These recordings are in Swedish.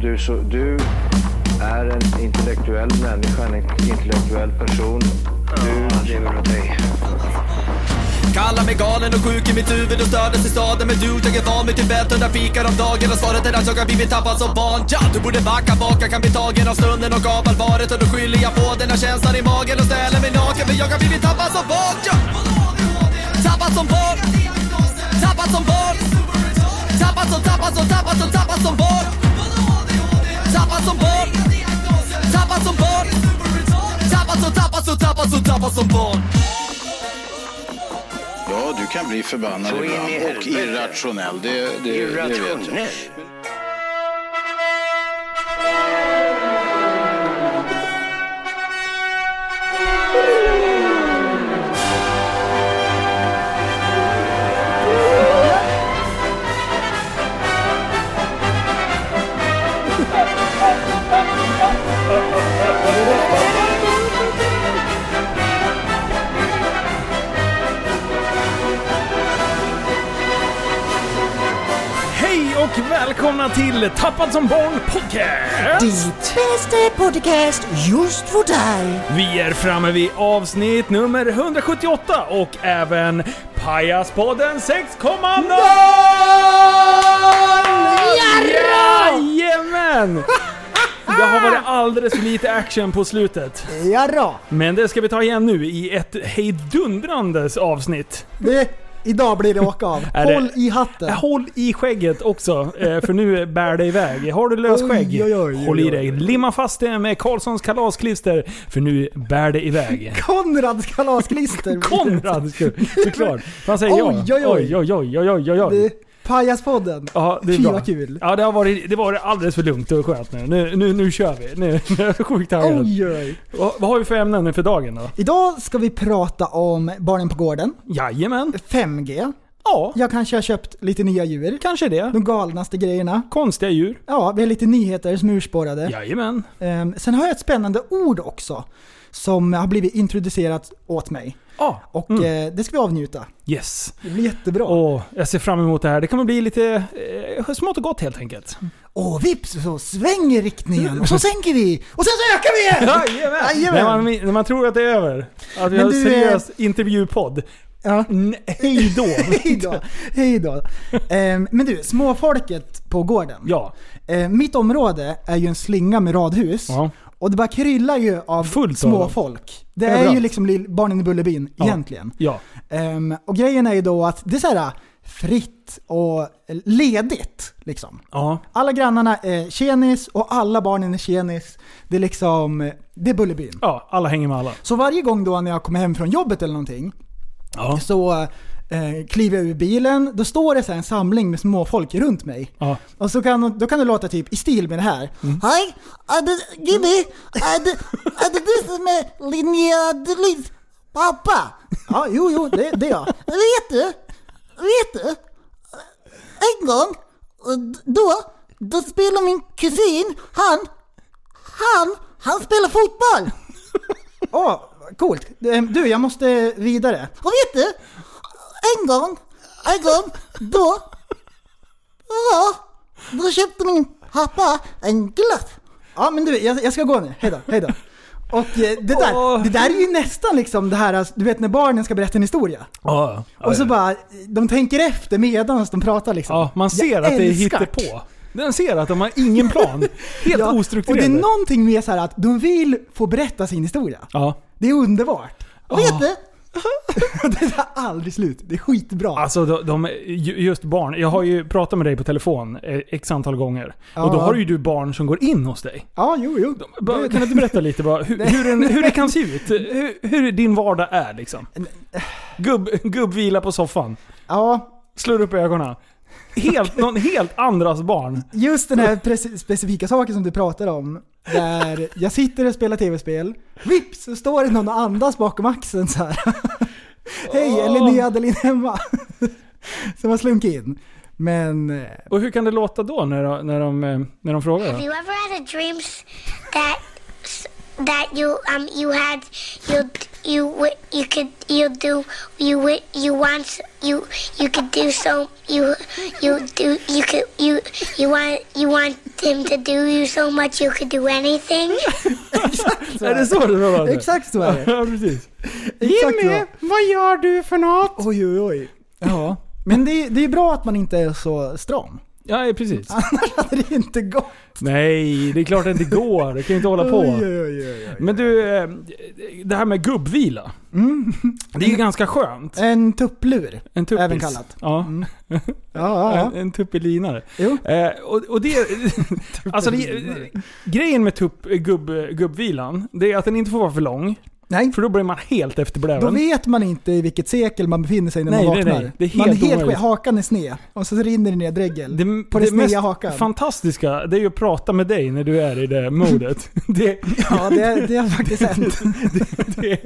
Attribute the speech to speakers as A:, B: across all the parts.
A: du, så, du är en intellektuell människa, en intellektuell person. Du lever av dig.
B: Kallar mig galen och sjuk i mitt huvud och stördes i staden Men du, jag är van vid Tibet och där fikar om dagen Och svaret är att jag har blivit tappad som barn ja, Du borde backa bak, jag kan bli tagen av stunden och av allvaret Och då skyller jag på den här känslan i magen och ställer mig naken För jag har blivit tappad som barn ja. Tappad som barn Tappad som barn Tappad som, tappad som, tappad som, tappad som barn Tappad som barn Tappad som barn Tappad som, tappad som, tappad som, tappad som barn
C: Ja, du kan bli förbannad
A: Så in i
C: ibland och
A: helvete.
C: irrationell. Det, det, det vet jag.
A: Irrationell.
D: Hej och välkomna till Tappad som barn podcast!
E: Ditt bästa podcast just för dig.
D: Vi är framme vid avsnitt nummer 178 och även Pajaspodden 6,0! Jajamän! Det har varit alldeles för lite action på slutet.
F: Jadå!
D: Men det ska vi ta igen nu i ett hejdundrandes avsnitt.
F: Det, idag blir det åka av.
D: Är det-
F: Håll i hatten.
D: Äh, Håll i skägget också, eh, för nu bär det iväg. Har du löst
F: Oj,
D: skägg,
F: oj, oj, oj,
D: håll i
F: oj.
D: dig. Limma fast det med Karlssons kalasklister, för nu bär det iväg.
F: Konrads kalasklister.
D: Konrad! Såklart. Vad säger jag?
F: Oj, oj, oj.
D: oj, oj, oj, oj, oj, oj.
F: Det- Pajaspodden.
D: Ja, det är
F: Fy,
D: bra.
F: vad kul.
D: Ja, det har varit, det var alldeles för lugnt och skönt nu. Nu, nu, nu kör vi. Nu, nu är jag sjukt taggad.
F: Oj, oj.
D: Vad vad har vi för ämnen för dagen då?
F: Idag ska vi prata om Barnen på gården,
D: Jajamän.
F: 5G.
D: Ja,
F: Jag kanske har köpt lite nya djur.
D: kanske det.
F: De galnaste grejerna.
D: Konstiga djur.
F: Ja, vi har lite nyheter som är urspårade.
D: Jajamän.
F: Ehm, sen har jag ett spännande ord också. Som har blivit introducerat åt mig.
D: Ja,
F: Och
D: mm.
F: eh, det ska vi avnjuta.
D: yes.
F: Det blir jättebra. Och,
D: Åh, jag ser fram emot det här. Det kommer bli lite eh, smått och gott helt enkelt.
F: vips så svänger riktningen. Och så sänker vi. Och sen så ökar vi igen! Jajamän!
D: När man, när man tror att det är över. Att vi
F: Men
D: har
F: du,
D: en
F: eh,
D: seriös intervjupodd.
F: Ja.
D: Nej då.
F: Hej då. Hej då. Ehm, men du, småfolket på gården.
D: Ja.
F: Ehm, mitt område är ju en slinga med radhus.
D: Ja.
F: Och det bara kryllar ju av
D: Fullt av dem.
F: småfolk. Det är ju
D: Överallt.
F: liksom lill- barnen i Bullerbyn
D: Ja.
F: egentligen.
D: Ja.
F: Ehm, och grejen är ju då att det är så här äh, fritt och äh, ledigt. Liksom.
D: Ja.
F: Alla grannarna är tjenis och alla barnen är tjenis. Det är liksom, det är Bullerbyn.
D: Ja, alla hänger med alla.
F: Så varje gång då när jag kommer hem från jobbet eller någonting
D: Ja.
F: så eh, kliver jag ur bilen, då står det så här en samling med småfolk runt mig.
D: Ja. Mm.
F: Och så kan, då kan det låta typ i stil med det här.
E: Hej, är det Jimmy? Är det, är det du som är Linnea Delins pappa?
F: Ja, jo, jo, det, det är jag.
E: Vet du? Vet du? En gång, då, då spelade min kusin, han, han, han spelar fotboll.
F: Åh, coolt. Eh, Du, jag måste vidare.
E: Och vet du? En gång, en gång, då, ja, då köpte min pappa en glass.
F: Ja, men du, jag, jag ska gå nu. Hejdå, hejdå. Och eh, det
D: Åh.
F: där, det där är ju nästan liksom det här, alltså, du vet när barnen ska berätta en historia.
D: Ja. ja.
F: Och så bara, de tänker efter medan de pratar liksom.
D: Ja, man ser
F: Jag
D: att det
F: älskar.
D: hittar på. Den ser att de har ingen plan. Helt
F: Ja, Och det
D: ostrukturerade.
F: är någonting med så här att de vill få berätta sin historia.
D: Ja.
F: Det är underbart.
D: Ja.
F: Vet du? det tar aldrig slut. Det är skitbra.
D: Alltså de, de, ju- just barn. Jag har ju pratat med dig på telefon eh, x antal gånger. Och då
F: Ja.
D: har ju du barn som går in hos dig.
F: ja, jo, jo.
D: Bara,
F: Det-
D: kan du inte berätta lite bara, hur, hur, en, hur det kan se ut? Hur, hur din vardag är liksom? Gubb, gubbvila på soffan,
F: Ja,
D: slår upp ögonen. Helt, någon helt andras barn.
F: just den här preci- specifika saken som du pratar om. Där jag sitter och spelar tv-spel. Vips så står det någon och andas bakom axeln så här. Hej,
D: Åh.
F: eller ni Adeline hemma. som har slunkit in. Men... eh,
D: Och hur kan det låta då när, de- när, de, eh, när de frågar?
G: Have
D: Då?
G: you ever had a dream s- that s- that you um you had you you w- you could you do you w- you want s- you you could do so you you do you could you you want you want him to do you so much you could do anything.
D: Är det så du menar?
F: Exakt så är det.
D: Ja, precis.
F: Exakt så.
D: vad gör du för något?
F: Oj, oj, oj. Ja. Men det är, det är bra att man inte är så stram.
D: Ja, eh, precis.
F: Det är inte gott.
D: Nej, det är klart det inte går. Det kan ju inte hålla på.
F: Oj, oj, oj, oj.
D: Men du, eh, det här med gubbvila.
F: Mm.
D: Det är ju ganska skönt.
F: En tupplur.
D: En tuppis.
F: Även kallat.
D: Ja,
F: Ja, ja,
D: en,
F: ja.
D: en tuppelinare.
F: Jo.
D: Eh, och, och det... alltså det, grejen med tupp, eh, gubb, gubbvilan, det är att den inte får vara för lång.
F: Nej.
D: För då blir man helt
F: Då
D: efterbläven.
F: vet man inte i vilket sekel man befinner sig när
D: Nej,
F: man
D: nej,
F: vaknar.
D: nej. Det är helt
F: man
D: omöjligt.
F: ske- hakan är sned och så rinner det ner dregel.
D: Det,
F: på den
D: det mest
F: sneda hakan.
D: fantastiska, det är ju att prata med dig när du är i det modet. det,
F: Ja, det, det har faktiskt hänt.
D: det,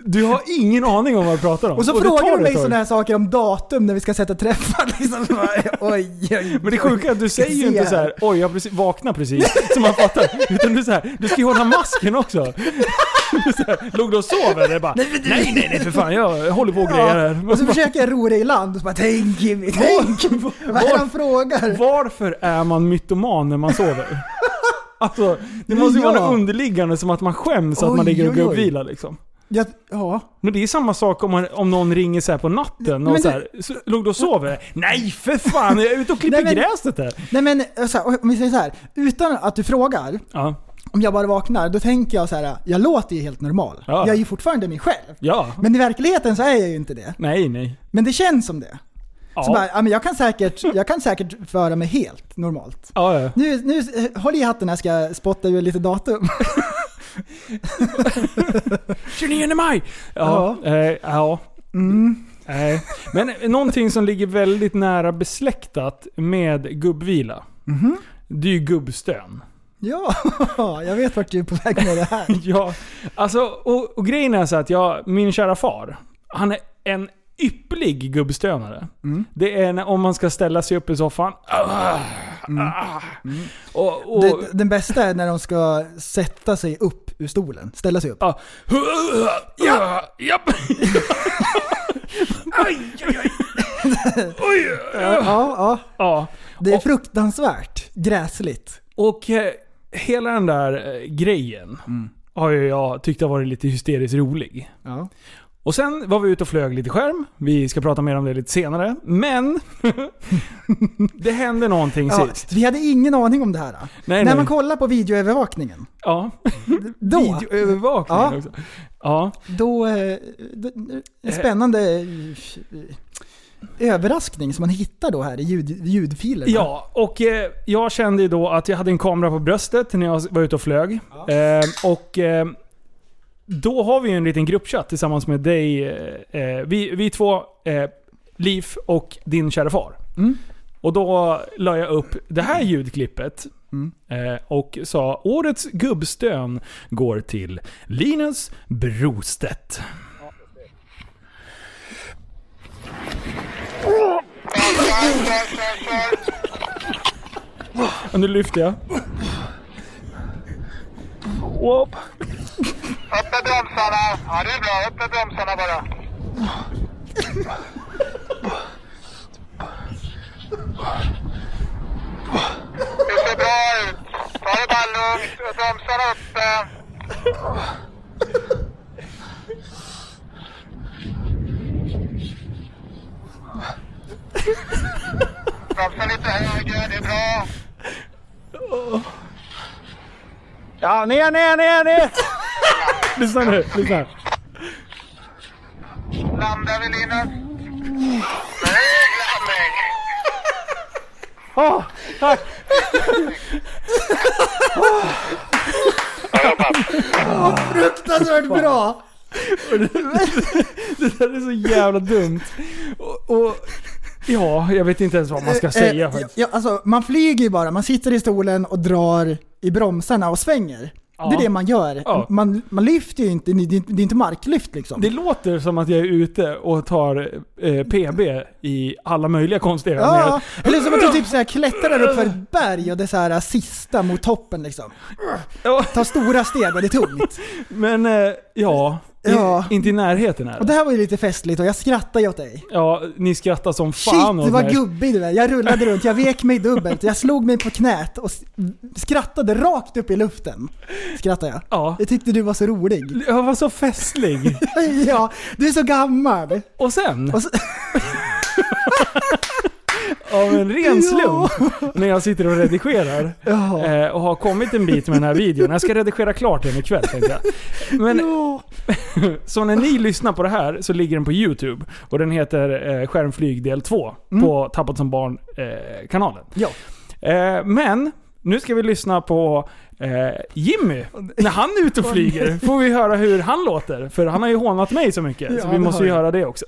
D: du har ingen aning om vad du pratar om.
F: Och så
D: det tar
F: frågar du
D: ett
F: mig
D: tag.
F: sådana här saker om datum när vi ska sätta träffar. Liksom. Så bara, Oj, oj, oj.
D: Men det sjuka är att du säger ju inte så här, oj jag precis, vaknar precis, som man fattar. Utan du, är så här, du ska ju hålla masken också. Du så här, låg du och sov eller? Bara, nej, nej, nej för fan jag håller på och grejer här.
F: Ja, och så försöker jag ro dig i land och så bara tänk Jimmy, tänk! Vad är det han frågar?
D: Varför är man mytoman när man sover? Alltså, det måste ju vara
F: Ja.
D: något underliggande som att man skäms att man
F: Oj,
D: ligger och
F: oj, oj.
D: gubbvilar liksom.
F: Jag, ja,
D: Men det är samma sak om, man, om någon ringer så här på natten och
F: Men
D: så här, så, låg du och sover? Nej för fan, jag är ute och klipper
F: Nej, men-
D: gräset här.
F: nej men så här, om vi säger så här. utan att du frågar,
D: Ja,
F: om jag bara vaknar, då tänker jag så här. jag låter ju helt normal.
D: Ja.
F: Jag är ju fortfarande mig själv.
D: ja.
F: Men i verkligheten så är jag ju inte det.
D: Nej, nej.
F: Men det känns som det.
D: Ja,
F: Så bara, ja, men jag, kan säkert, jag kan säkert föra mig helt normalt.
D: ja, ja.
F: Nu, nu eh, håll i hatten här ska jag spotta ur lite datum.
D: 29 maj! Ja. Ja. Eh, ja.
F: Mm.
D: Nej. Men någonting som ligger väldigt nära besläktat med gubbvila.
F: Mhm.
D: Det är ju gubbstön.
F: Ja, jag vet vart du är på väg med det här.
D: Ja, alltså, och, och grejen är så att jag, min kära far, han är en ypplig gubbstönare. Det är när, om man ska ställa sig upp i soffan. Ah, ah. Och, och,
F: Det, den bästa är när de ska sätta sig upp ur stolen. Ställa sig upp.
D: Ja. Ja, japp.
F: Ja, ja.
D: Ja.
F: Det är
D: Och-
F: fruktansvärt gräsligt.
D: Och eh, hela den där eh, grejen har ju jag tyckt har varit lite hysteriskt rolig.
F: Ja.
D: Och sen var vi ute och flög lite skärm. Vi ska prata mer om det lite senare. Men det hände någonting
F: Ja,
D: sist.
F: vi hade ingen aning om det här. då.
D: Nej,
F: När
D: nej.
F: man kollar på videoövervakningen,
D: Ja.
F: då,
D: Videoövervakning
F: Ja.
D: också. Ja.
F: då, eh, då en spännande eh, överraskning som man hittar då här i ljud, ljudfilerna.
D: ja, och eh, jag kände ju då att jag hade en kamera på bröstet när jag var ute och flög. Eh, och eh, då har vi ju en liten gruppchatt tillsammans med dig. eh, Eh, vi, vi två, eh, Liv och din kära far. Och då la jag upp det här ljudklippet. Eh, och sa årets gubbstön går till Linus Brostedt. Och nu lyfter jag.
H: Upp med bromsarna! Ja, det är bra. Upp med bromsarna bara. Det ser bra ut. Ta det bara lugnt. Bromsarna uppe. Bromsa lite högre. Det är bra.
D: Ja, ner, ner, ner, ner! lyssna nu, lyssna.
H: Landar vi Linus? Nej, landning!
D: Åh, tack!
F: Fruktansvärt bra!
D: Det där är så jävla dumt. Och, och, ja, jag vet inte ens vad man ska säga
F: Eh, ja,
D: faktiskt.
F: ja, alltså, man flyger ju bara, man sitter i stolen och drar i bromsarna och svänger. Det
D: Ja.
F: är det man gör.
D: Ja.
F: Man, man lyfter ju inte, det är inte marklyft liksom.
D: Det låter som att jag är ute och tar eh, PB i alla möjliga konstiga
F: Ja,
D: övningar.
F: eller som att du typ så här klättrar upp för ett berg och det är så här sista mot toppen liksom.
D: Ja,
F: Ta stora steg och det är tungt.
D: men eh, ja.
F: Ja.
D: I, inte i närheten är
F: Och
D: det.
F: det här var ju lite festligt och jag skrattade ju åt dig.
D: Ja, ni skrattar som
F: Shit
D: fan åt
F: vad
D: mig.
F: gubbig du är. Jag rullade runt, jag vek mig dubbelt, jag slog mig på knät och s- skrattade rakt upp i luften. Skrattade jag.
D: Ja.
F: Jag tyckte du var så rolig.
D: Jag var så festlig.
F: Ja, du är så gammal.
D: Och sen,
F: Och så,
D: av en ren slump, när jag sitter och redigerar
F: ja.
D: eh, och har kommit en bit med den här videon. Jag ska redigera klart den ikväll tänkte jag. Men
F: Ja.
D: Så när ni lyssnar på det här så ligger den på YouTube. Och den heter eh, Skärmflyg del 2 på Tappat som barn eh, kanalen.
F: Ja.
D: Eh, men nu ska vi lyssna på eh, Jimmy. När han är ute och flyger får vi höra hur han låter. För han har ju hånat mig så mycket.
F: Ja,
D: så vi
F: det
D: måste
F: har
D: ju
F: jag.
D: höra det också.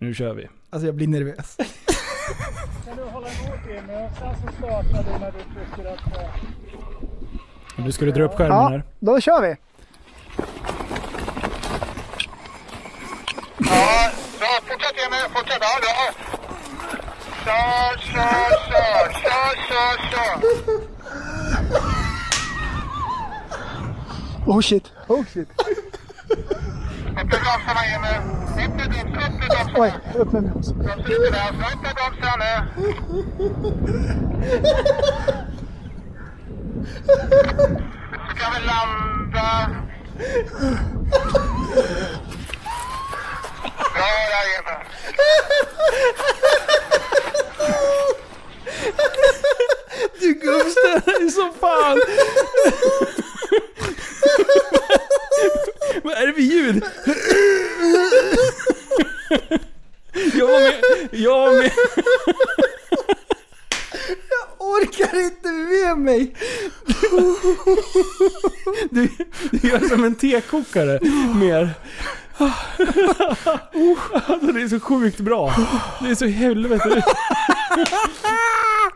D: Nu kör vi.
F: Alltså jag blir nervös.
D: Nu ska du dra upp skärmen här.
F: då kör vi.
H: Ja, bra. Fortsätt Emil, fortsätt. Ja, bra. Kör, kör, kör, kör, kör, kör.
F: Oh shit. Oh shit.
H: Upp med bromsarna Emil. Upp med bromsarna, upp med bromsarna.
F: Oj, upp med bromsen.
H: Bromsa lite där. Upp med bromsarna nu. Ska vi landa. Bra där Emil.
D: Det är så fan! Vad är det för ljud? Jag var med... Jag var med...
F: Orkar inte med mig.
D: Du gör som en tekokare mer. Alltså det är så sjukt bra. Det är så helvete.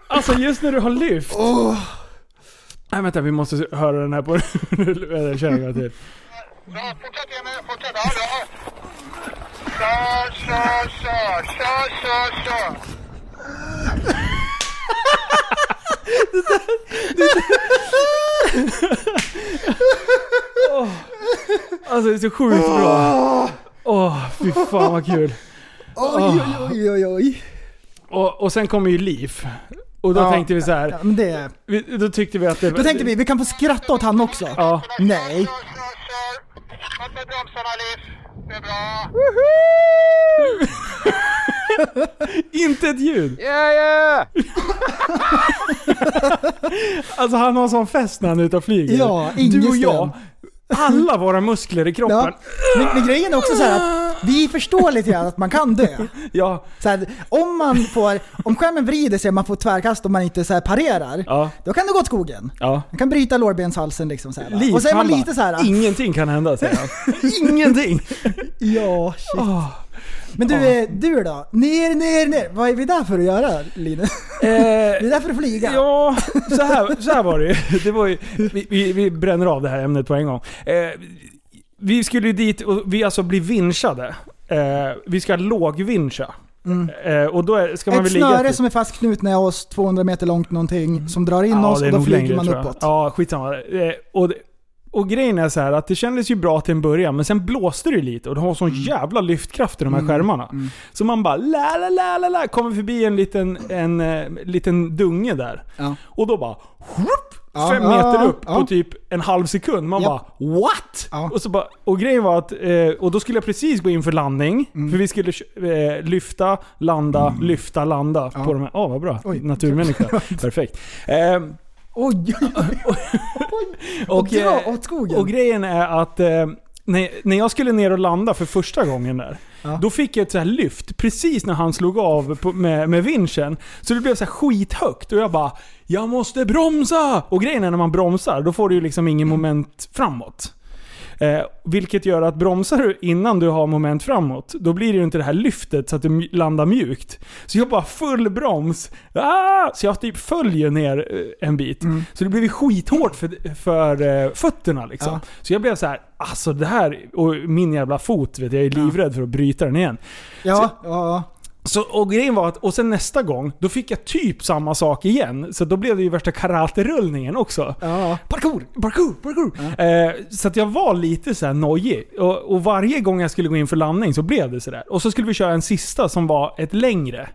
D: Alltså just när du har lyft. Nej vänta, vi måste höra den här på... Vänta, kör en gång till.
H: Bra, fortsätt Emil, fortsätt. Ja, bra. Kör, kör, kör, kör, kör, kör.
D: Alltså det är så sjukt bra. Åh, fy fan vad kul.
F: Oj, oj, oj, oj.
D: Och, och sen kommer ju Liv. Och då
F: Ja.
D: tänkte vi så här.
F: Ja, men det,
D: Vi, då tyckte vi att det
F: då tänkte vi, vi kan få skratta åt han också.
D: Ja.
F: Nej.
H: Kör, kör, kör. Upp med bromsarna Liv. Det är bra.
D: Inte ett ljud! Yeah, yeah. alltså han har sån fest när han är ute och flyger.
F: Ja,
D: du och
F: Ingeström.
D: jag. Alla våra muskler i kroppen.
F: Ja. Men, men grejen är också så här att vi förstår lite grann att man kan dö.
D: Ja.
F: Så här, om, man får, om skärmen vrider sig och man får tvärkast och man inte så här parerar,
D: Ja.
F: då kan det gå åt skogen.
D: ja.
F: Man kan bryta lårbenshalsen liksom. Så här, va?
D: Liv,
F: och så är man
D: han bara,
F: lite så här. ah.
D: Ingenting kan hända säger han. Ingenting!
F: Ja, shit.
D: Åh.
F: Men du, eh, du då? Ner, ner, ner. Vad är vi där för att göra Linus? Vi är
D: Eh,
F: där för att flyga.
D: Ja, så här, så här var det ju. det var ju vi, vi, vi bränner av det här ämnet på en gång. Eh, vi skulle ju dit och vi alltså blir vinschade. Eh, vi ska lågvincha. Eh, och då är, ska man
F: Mm. Ett
D: väl ligga...
F: snöre
D: typ-
F: som är fastknutet när oss 200 meter långt någonting som drar in oss
D: det är
F: och då
D: nog
F: flyger
D: längre,
F: man
D: tror jag.
F: uppåt.
D: Ja, skitsamma. Eh, Och, det- och grejen är så här att det kändes ju bra till en början, men sen blåste det lite och de har sån
F: Mm.
D: jävla lyftkraft i de här skärmarna. Så man bara la la la la la, kommer förbi en liten, en, eh, liten dunge där.
F: Ja.
D: Och då bara whoop,
F: Ja,
D: fem
F: ja,
D: meter
F: ja,
D: upp
F: ja.
D: på typ en halv sekund. Man
F: Ja.
D: bara what?
F: Ja.
D: Och, så bara, och grejen var att, eh, och då skulle jag precis gå in för landning.
F: Mm.
D: För vi skulle eh, lyfta, landa, lyfta, landa på de här. Åh vad bra.
F: Oj.
D: Naturmänniska. Perfekt. Ehm,
F: Oj, oj, oj.
D: och,
F: Och dra
D: eh,
F: åt skogen.
D: och grejen är att eh, när, när jag skulle ner och landa för första gången där,
F: Ja.
D: då fick jag ett så här lyft precis när han slog av på, med, med vinschen. Så det blev så här skithögt och jag bara “Jag måste bromsa!” Och grejen är när man bromsar, då får du ju liksom ingen moment framåt. Eh, vilket gör att bromsar du innan du har moment framåt, då blir det ju inte det här lyftet så att du mj- landar mjukt. Så jag bara full broms. Ah! Så jag typ följer ner eh, en bit. Så det blev ju skithårt för, för eh, fötterna liksom.
F: Ja.
D: Så jag blev så här, alltså det här, och min jävla fot vet jag, jag är livrädd för att bryta den igen.
F: Ja, ja.
D: Så, och grejen var att, och sen nästa gång, då fick jag typ samma sak igen. Så då blev det ju värsta karaterullningen också.
F: Ja.
D: Parkour, parkour, parkour! Eh, så att jag var lite så här nojig. Och, och varje gång jag skulle gå in för landning så blev det sådär. Och så skulle vi köra en sista som var ett längre.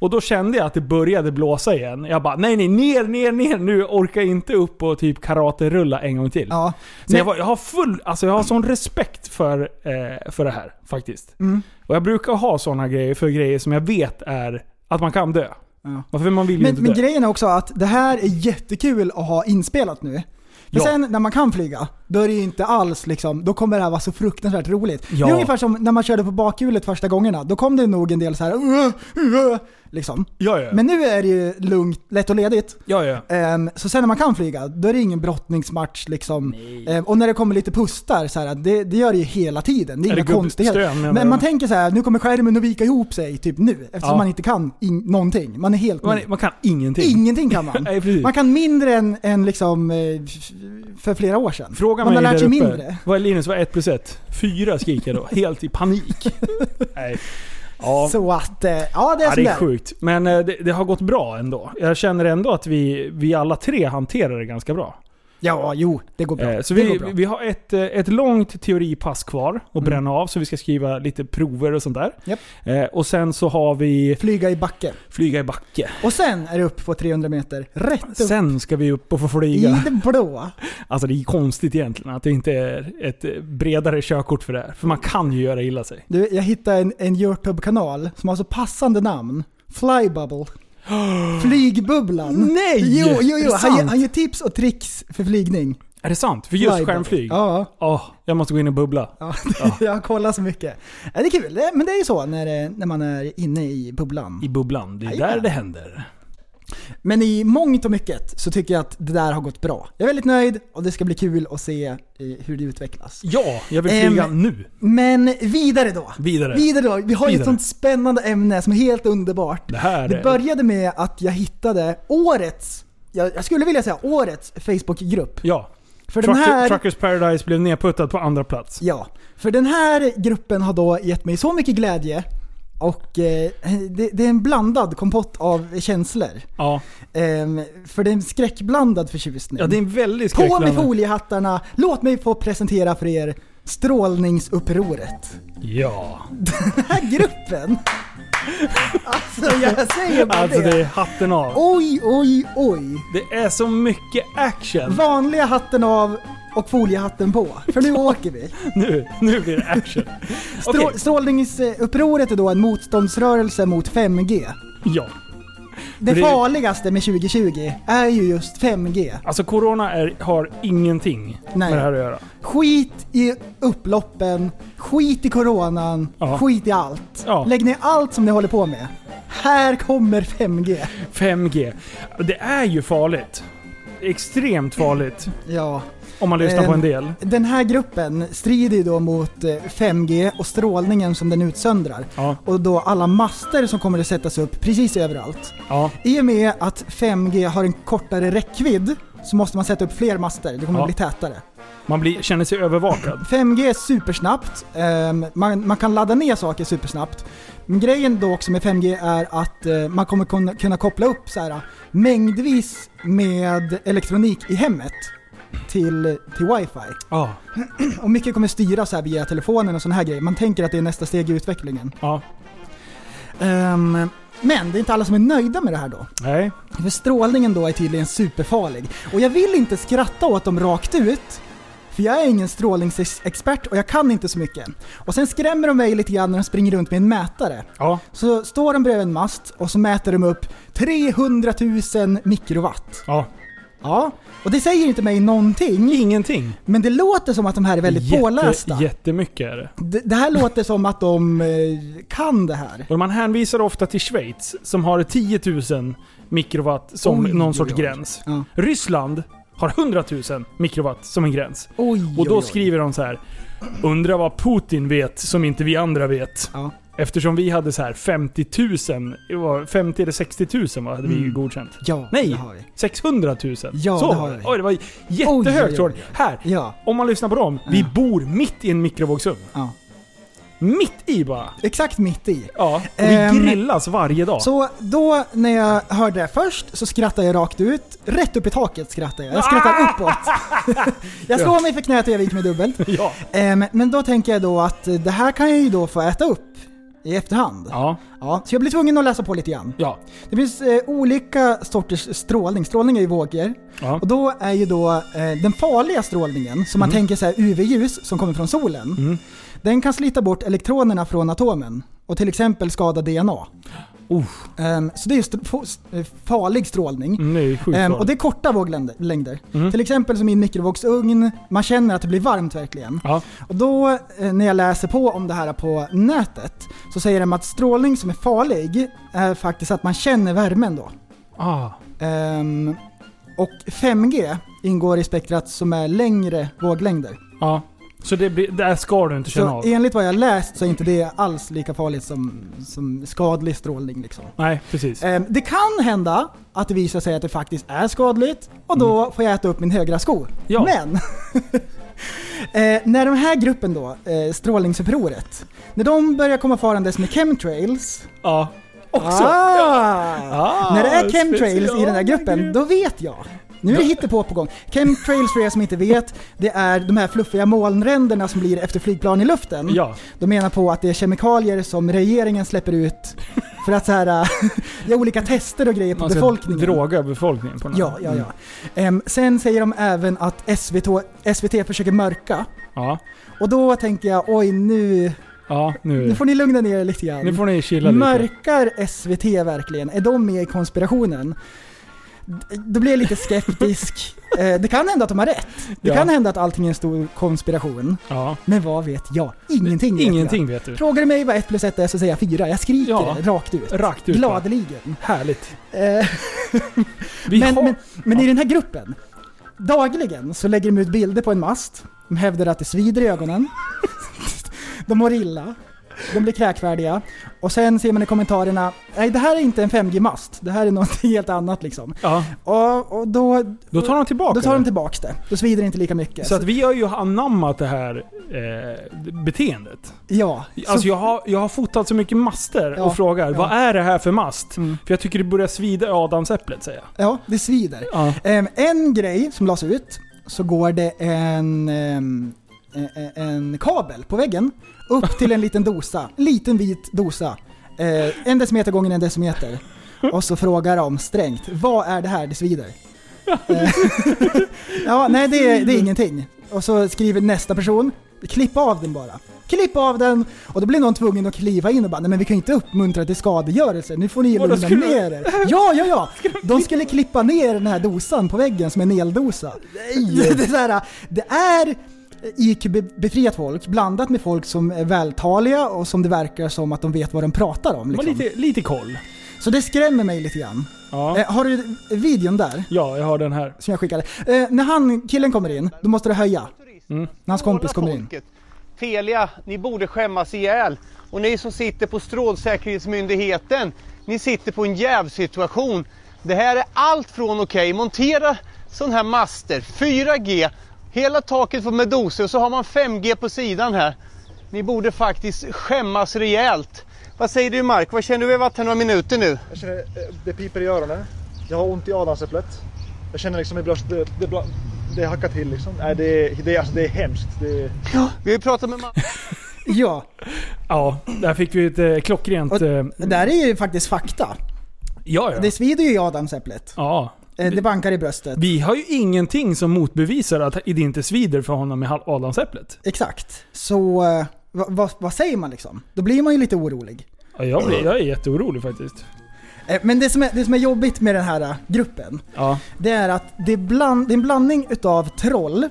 D: Och då kände jag att det började blåsa igen. Jag bara nej, nej, ner, ner, ner nu. Orkar jag inte upp och typ karaterulla en gång till.
F: Ja.
D: Så jag, var, jag har full, alltså jag har sån respekt för, eh, för det här faktiskt.
F: Mm.
D: Och jag brukar ha såna grejer för grejer som jag vet är att man kan dö.
F: Ja.
D: Varför man vill ju
F: Men,
D: inte
F: men
D: dö.
F: grejen är också att det här är jättekul att ha inspelat nu. Men
D: Ja.
F: sen när man kan flyga, då är det ju inte alls liksom, då kommer det här vara så fruktansvärt roligt.
D: Ja.
F: Det är ungefär som när man körde på bakhjulet första gångerna, då kom det nog en del så här "Ugh, ugh", liksom.
D: Ja, ja.
F: Men nu är det ju lugnt, lätt och ledigt.
D: ja, ja.
F: Ehm, så sen när man kan flyga, då är det ingen brottningsmatch liksom. Ehm, och när det kommer lite pustar, så här, det, det gör det ju hela tiden. Det är,
D: Är det
F: inga konstigheter.
D: gubbstön, menar
F: Men
D: du?
F: man tänker så här, nu kommer skärmen att vika ihop sig typ nu. Eftersom
D: Ja.
F: man inte kan in- någonting. Man är helt
D: Man,
F: ny.
D: man kan ingenting.
F: Ingenting kan man.
D: Nej, precis.
F: Man kan mindre än, än liksom, eh, f- för flera år sedan.
D: Fråga mig
F: man har lärt
D: där
F: sig
D: uppe.
F: mindre.
D: Vad är Linus? Vad är 1 plus 1? 4 skrek jag då. Helt i panik. Nej. Ja.
F: Så att, eh, ja det är
D: Ja, det
F: sådär.
D: är sjukt. Men eh, det, det har gått bra ändå. Jag känner ändå att vi, vi alla tre hanterar det ganska bra.
F: Ja, jo, det går bra.
D: Eh, Så
F: det
D: vi,
F: går bra.
D: vi har ett, eh, ett långt teoripass kvar att
F: Mm.
D: bränna av, så vi ska skriva lite prover och sånt där.
F: Japp.
D: Eh, Och sen så har vi
F: Flyga i backe.
D: flyga i backe.
F: Och sen är det upp på 300 meter, rätt upp.
D: Sen ska vi upp och få
F: I
D: flyga.
F: det blåa.
D: Alltså det är konstigt egentligen att det inte är ett eh, bredare körkort för det här. För man kan ju göra illa sig.
F: Du, jag hittade en, en Youtube-kanal som har så passande namn. Flybubble. Flygbubblan.
D: Nej!
F: Jo, jo,
D: Är
F: jo.
D: det
F: Han, ger-
D: sant?
F: han ger tips och tricks för flygning.
D: Är det sant? För just
F: Flybubble.
D: skärmflyg?
F: Ja.
D: Åh, jag måste gå in och bubbla.
F: ja. jag har kollat så mycket. Ja, det är kul, Det- men det är ju så när, det- när man är inne i bubblan.
D: I bubblan. Det är
F: Jajamän.
D: där det händer.
F: Men i mångt och mycket så tycker jag att det där har gått bra. Jag är väldigt nöjd och det ska bli kul att se eh, hur det utvecklas.
D: Ja, jag vill flyga
F: Ehm,
D: nu.
F: Men vidare då.
D: Vidare.
F: Vidare då. Vi har ju ett
D: Vidare.
F: sånt spännande ämne som är helt underbart.
D: Det här
F: Det
D: är-
F: började med att jag hittade årets, jag, jag skulle vilja säga årets Facebookgrupp.
D: Ja.
F: För den
D: Trucker,
F: här,
D: Truckers Paradise blev nedputtad på andra plats.
F: ja, för den här gruppen har då gett mig så mycket glädje och eh, det, det är en blandad kompott av känslor.
D: Ja.
F: Ehm, för det är en skräckblandad förtjusning.
D: Ja, det är en väldigt
F: På med
D: skräckblandad-
F: foliehattarna, låt mig få presentera för er Strålningsupproret.
D: Ja.
F: Den här gruppen! Alltså jag säger bara
D: Alltså
F: det.
D: det är hatten av.
F: Oj, oj, oj.
D: Det är så mycket action.
F: Vanliga hatten av och foliehatten på. För nu åker vi.
D: Nu, nu blir det action. Okej,
F: Strå- Strålningsupproret är då en motståndsrörelse mot 5G.
D: ja.
F: Det,
D: det-
F: farligaste med 2020 är ju just 5G.
D: Alltså corona är, har ingenting
F: Nej.
D: med det här att göra.
F: Skit i upploppen, skit i coronan,
D: Ja.
F: skit i allt.
D: Ja.
F: Lägg ner allt som ni håller på med. Här kommer 5G.
D: 5G. Det är ju farligt. Extremt farligt.
F: Ja.
D: Om man lyssnar
F: Eh,
D: på en del.
F: Den här gruppen strider ju då mot eh, 5G och strålningen som den utsöndrar.
D: Ja.
F: Och då alla master som kommer att sättas upp precis överallt.
D: Ja.
F: I och med att 5G har en kortare räckvidd så måste man sätta upp fler master, det kommer
D: Ja.
F: att bli tätare.
D: Man blir, känner sig övervakad.
F: 5G är supersnabbt, ehm, man, man kan ladda ner saker supersnabbt. Men grejen då också med 5G är att eh, man kommer kunna, kunna koppla upp så här, eh, mängdvis med elektronik i hemmet till, till wifi.
D: Ja.
F: Och mycket kommer styras här via telefonen och sådana här grejer. Man tänker att det är nästa steg i utvecklingen.
D: ja.
F: Ehm, men det är inte alla som är nöjda med det här då.
D: Nej.
F: För strålningen då är tydligen superfarlig. Och jag vill inte skratta åt dem rakt ut. För jag är ingen strålningsexpert och jag kan inte så mycket. Och sen skrämmer de mig lite grann när de springer runt med en mätare.
D: Ja.
F: Så står de bredvid en mast och så mäter de upp 300 000 mikrowatt.
D: Ja.
F: Ja, och det säger inte mig någonting.
D: Ingenting.
F: Men det låter som att de här är väldigt pålästa.
D: Jättemycket är det.
F: Det, det här låter som att de eh, kan det här.
D: Och man hänvisar ofta till Schweiz som har 10 000 mikrowatt som
F: Oj,
D: någon
F: oj,
D: sorts
F: oj.
D: gräns.
F: Ja.
D: Ryssland har 100 000 mikrowatt som en gräns.
F: Oj,
D: Och då
F: oj, oj.
D: skriver de så här. Undrar vad Putin vet som inte vi andra vet.
F: Ja.
D: Eftersom vi hade så här 50 000, det var 50 eller 60 000 va, hade vi ju godkänt.
F: Mm. Ja,
D: Nej.
F: det har vi.
D: 600 000.
F: Ja,
D: så var
F: det har vi.
D: Oj, det var jättehögt
F: Oj, oj, oj,
D: oj,
F: oj.
D: Här,
F: Ja,
D: om man lyssnar på dem. Vi bor mitt i en mikrovågsugn.
F: ja.
D: Mitt i bara.
F: Exakt mitt i.
D: Ja, och vi
F: Ehm,
D: grillas varje dag.
F: Så då när jag hörde det först så skrattade jag rakt ut. Rätt upp i taket skrattade jag. Jag skrattar
D: Ah!
F: uppåt. jag slår mig för knät och jag viker mig dubbelt.
D: Ja.
F: Ehm, men då tänker jag då att det här kan jag ju då få äta upp i efterhand.
D: Ja.
F: Ja, så jag blir tvungen att läsa på lite grann.
D: Ja.
F: Det finns eh, olika sorters strålning. Strålning är ju vågor.
D: Ja. Mhm.
F: Och då är ju då eh, den farliga strålningen, som man tänker så här UV-ljus som kommer från solen, den kan slita bort elektronerna från atomen och till exempel skada DNA. Ehm, så det är ju st- fo- s- eh, farlig strålning.
D: Mm, det är sjukt Mhm.
F: Ehm,
D: farligt.
F: och det är korta våglängder. Till exempel som i en mikrovågsugn, man känner att det blir varmt verkligen.
D: Ja.
F: Och då eh, när jag läser på om det här på nätet så säger de att strålning som är farlig är faktiskt att man känner värmen då.
D: Ah.
F: Ehm, och 5G ingår i spektrat som är längre våglängder.
D: Ja. Så det blir, där ska du inte känna
F: Så
D: av?
F: enligt vad jag läst så är inte det alls lika farligt som, som skadlig strålning liksom.
D: Nej, precis.
F: Ehm, det kan hända att det visar sig att det faktiskt är skadligt och då får jag äta upp min högra sko.
D: Mm. Ja.
F: Men! eh, när den här gruppen då, eh, Strålningsupproret, när de börjar komma farandes med chemtrails
D: Ja. Också?
F: Ah!
D: Ah,
F: När det är chemtrails
D: special-
F: i den här gruppen, då vet jag. Nu är det hittepå på gång. Chemtrails för er som inte vet, det är de här fluffiga molnränderna som blir efter flygplan i luften.
D: Ja.
F: De menar på att det är kemikalier som regeringen släpper ut för att så här, äh, göra olika tester och grejer på
D: Man ska
F: befolkningen.
D: Alltså, droga befolkningen på något Mm.
F: Ja, ja, ja. Ehm, sen säger de även att SVT, SVT försöker mörka.
D: Ja.
F: Och då tänker jag, oj nu,
D: Ja, nu,
F: nu får ni lugna ner er lite grann.
D: nu får ni chilla lite.
F: Mörkar SVT verkligen? Är de med i konspirationen? D- Då blir jag lite skeptisk. Eh, det kan hända att de har rätt. Det
D: Ja.
F: kan hända att allting är en stor konspiration.
D: Ja.
F: Men vad vet jag? Ingenting vet
D: Ingenting
F: jag.
D: vet du.
F: Frågar du mig vad 1 plus 1 är så säger jag 4. Jag skriker
D: Ja.
F: det rakt ut.
D: Rakt ut bara.
F: Gladeligen.
D: Härligt.
F: Eh,
D: Vi
F: men,
D: har...
F: men, men i den här gruppen, dagligen så lägger de ut bilder på en mast. De hävdar att det svider i ögonen. De mår illa. De blir kräkfärdiga. Och sen ser man i kommentarerna, nej det här är inte en 5G-mast. Det här är något helt annat liksom.
D: Ja.
F: Och, och då,
D: Då tar de tillbaka
F: då tar de
D: det.
F: tillbaks det. Då svider det inte lika mycket.
D: Så att vi har ju anammat det här eh, beteendet.
F: ja,
D: Alltså
F: så,
D: jag har, jag har fotat så mycket master
F: Ja,
D: och frågar
F: ja.
D: vad är det här för mast?
F: Mm.
D: För jag tycker det börjar svida i adamsäpplet säger jag.
F: ja, det svider.
D: Ja.
F: Ehm, en grej som lades ut, så går det en, ehm, e- en kabel på väggen upp till en liten dosa, liten vit dosa. Eh, en decimeter gånger en decimeter. Och så frågar de strängt, vad är det här? Det svider. Eh, ja, nej det är, det är ingenting. Och så skriver nästa person, klipp av den bara. Klipp av den! Och då blir någon tvungen att kliva in och bara, nej men vi kan ju inte uppmuntra till skadegörelse, nu får ni
D: Vadå,
F: lugna
D: skulle-
F: ner er. Ja, ja, ja! De skulle klippa ner den här dosan på väggen som en eldosa. Det är, så här, det är IQ-befriat folk blandat med folk som är vältaliga och som det verkar som att de vet vad de pratar om.
D: Man har
F: Liksom.
D: lite, lite koll.
F: Så det skrämmer mig lite grann.
D: Ja.
F: Eh, har du videon där?
D: ja, jag har den här.
F: Som jag skickade. Eh, när han, killen kommer in, då måste du höja.
D: Mm.
F: När hans kompis kommer in.
I: folket. Telia, ni borde skämmas ihjäl. Och ni som sitter på Strålsäkerhetsmyndigheten, ni sitter på en jävsituation. Det här är allt från okej, montera sådana här master, 4G, hela taket på Medusa och så har man 5G på sidan här. Ni borde faktiskt skämmas rejält. Vad säger du Mark? Vad känner du? Vi har varit här några minuter nu.
J: Jag känner, eh, det piper i öronen. Jag har ont i adamsäpplet. Jag känner liksom, det, blir- det, det, blir- det hackar till liksom. Nej, det, det, alltså, det är hemskt. Det är...
I: Vi har ju pratat med Mark.
F: Ja,
D: Ja, där fick vi ett eh, klockrent...
F: och
D: Eh,
F: det där är ju faktiskt fakta.
D: ja, ja.
F: Det svider ju i adamsäpplet.
D: ja.
F: Eh, det bankar i bröstet.
D: Vi har ju ingenting som motbevisar att det inte svider för honom i hal- adamsäpplet.
F: Exakt. Så eh, vad- vad- vad säger man liksom? Då blir man ju lite orolig.
D: Ja, jag, blir, jag är jätteorolig faktiskt.
F: Eh, Men det som, är, det som är jobbigt med den här eh, gruppen,
D: Ja.
F: det är att det är, bland, det är en blandning utav troll,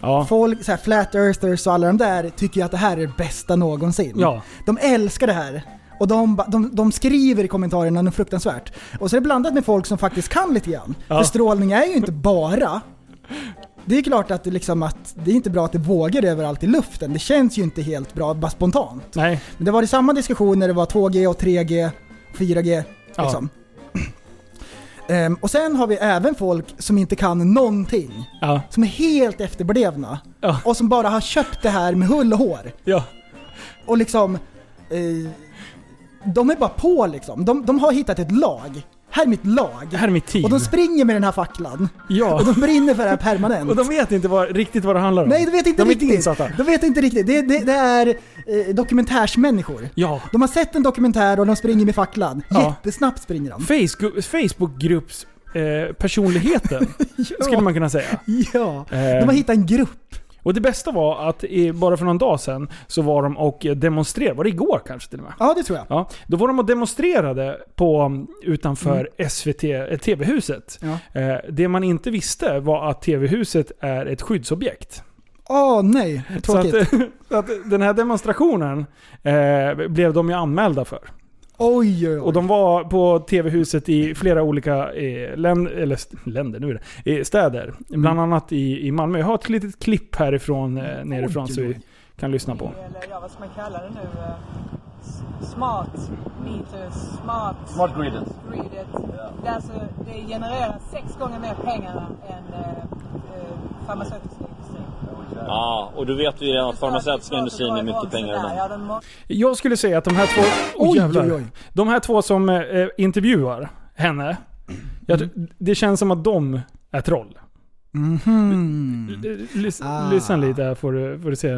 D: Ja.
F: folk, så här flat earthers och alla de där tycker ju att det här är det bästa någonsin.
D: Ja.
F: De älskar det här. Och de, ba- de, de skriver i kommentarerna något fruktansvärt. Och så är det blandat med folk som faktiskt kan lite grann.
D: Ja.
F: För strålning är ju inte bara... Det är klart att det, liksom att det är inte bra att det vågar överallt i luften. Det känns ju inte helt bra bara spontant.
D: Nej.
F: Men det var i samma diskussion när det var 2G och 3G, 4G liksom. Ehm, och sen har vi även folk som inte kan någonting.
D: Ja.
F: Som är helt efterblivna.
D: Ja.
F: Och som bara har köpt det här med hull och hår.
D: Ja.
F: Och liksom... Eh, de är bara på liksom. De, de har hittat ett lag. Här är mitt lag.
D: Det här är mitt team.
F: Och de springer med den här facklan.
D: Ja.
F: Och de brinner för det här permanent.
D: Och de vet inte vad, riktigt vad det handlar om.
F: Nej, de vet inte
D: de
F: riktigt.
D: Är inte insatta.
F: De vet inte riktigt. Det, det, det är eh, dokumentärsmänniskor.
D: Ja.
F: De har sett en dokumentär och de springer med facklan.
D: Ja.
F: Jättesnappt springer de.
D: Facebook, Facebookgrupps eh, personligheten, skulle man kunna säga.
F: Ja.
D: Eh,
F: De har hittat en grupp.
D: och det bästa var att eh, bara för någon dag sedan så var de och demonstrerade, var det igår kanske till och med?
F: Ja, det tror jag.
D: Ja, då var de och demonstrerade på, utanför SVT, eh, TV-huset.
F: Mm. Ja.
D: Eh, det man inte visste var att TV-huset är ett skyddsobjekt.
F: Åh nej,
D: Så att,
F: tråkigt.
D: så att den här demonstrationen eh, blev de ju anmälda för.
F: Oj, oj, oj.
D: Och de var på TV-huset i flera olika eh, län, eller st- länder, nu är det, eh, städer.
F: Mm.
D: Bland annat i, i Malmö. Jag har ett litet klipp härifrån, eh, nerifrån,
F: Oj,
D: så vi
F: oj.
D: kan lyssna på.
K: Eller ja, vad ska man kalla det nu? Eh, s- Smart meter, smart...
L: Smart gridet.
K: gridet. Det, är alltså, det genererar sex gånger mer pengar än eh, eh, farmaceutisk industri.
L: Ja, och då vet vi redan att farmaceutiska industrin är mycket pengar
K: Där,
L: idag.
K: ja, de må-
D: Jag skulle säga att de här två...
F: Oj,
D: jävlar.
F: oj, oj.
D: De här två som eh, intervjuar henne. Jag, tror- Det känns som att de är troll.
F: Mhm.
D: L- lys-
F: Ah.
D: Lyssna lite här får du, får du se.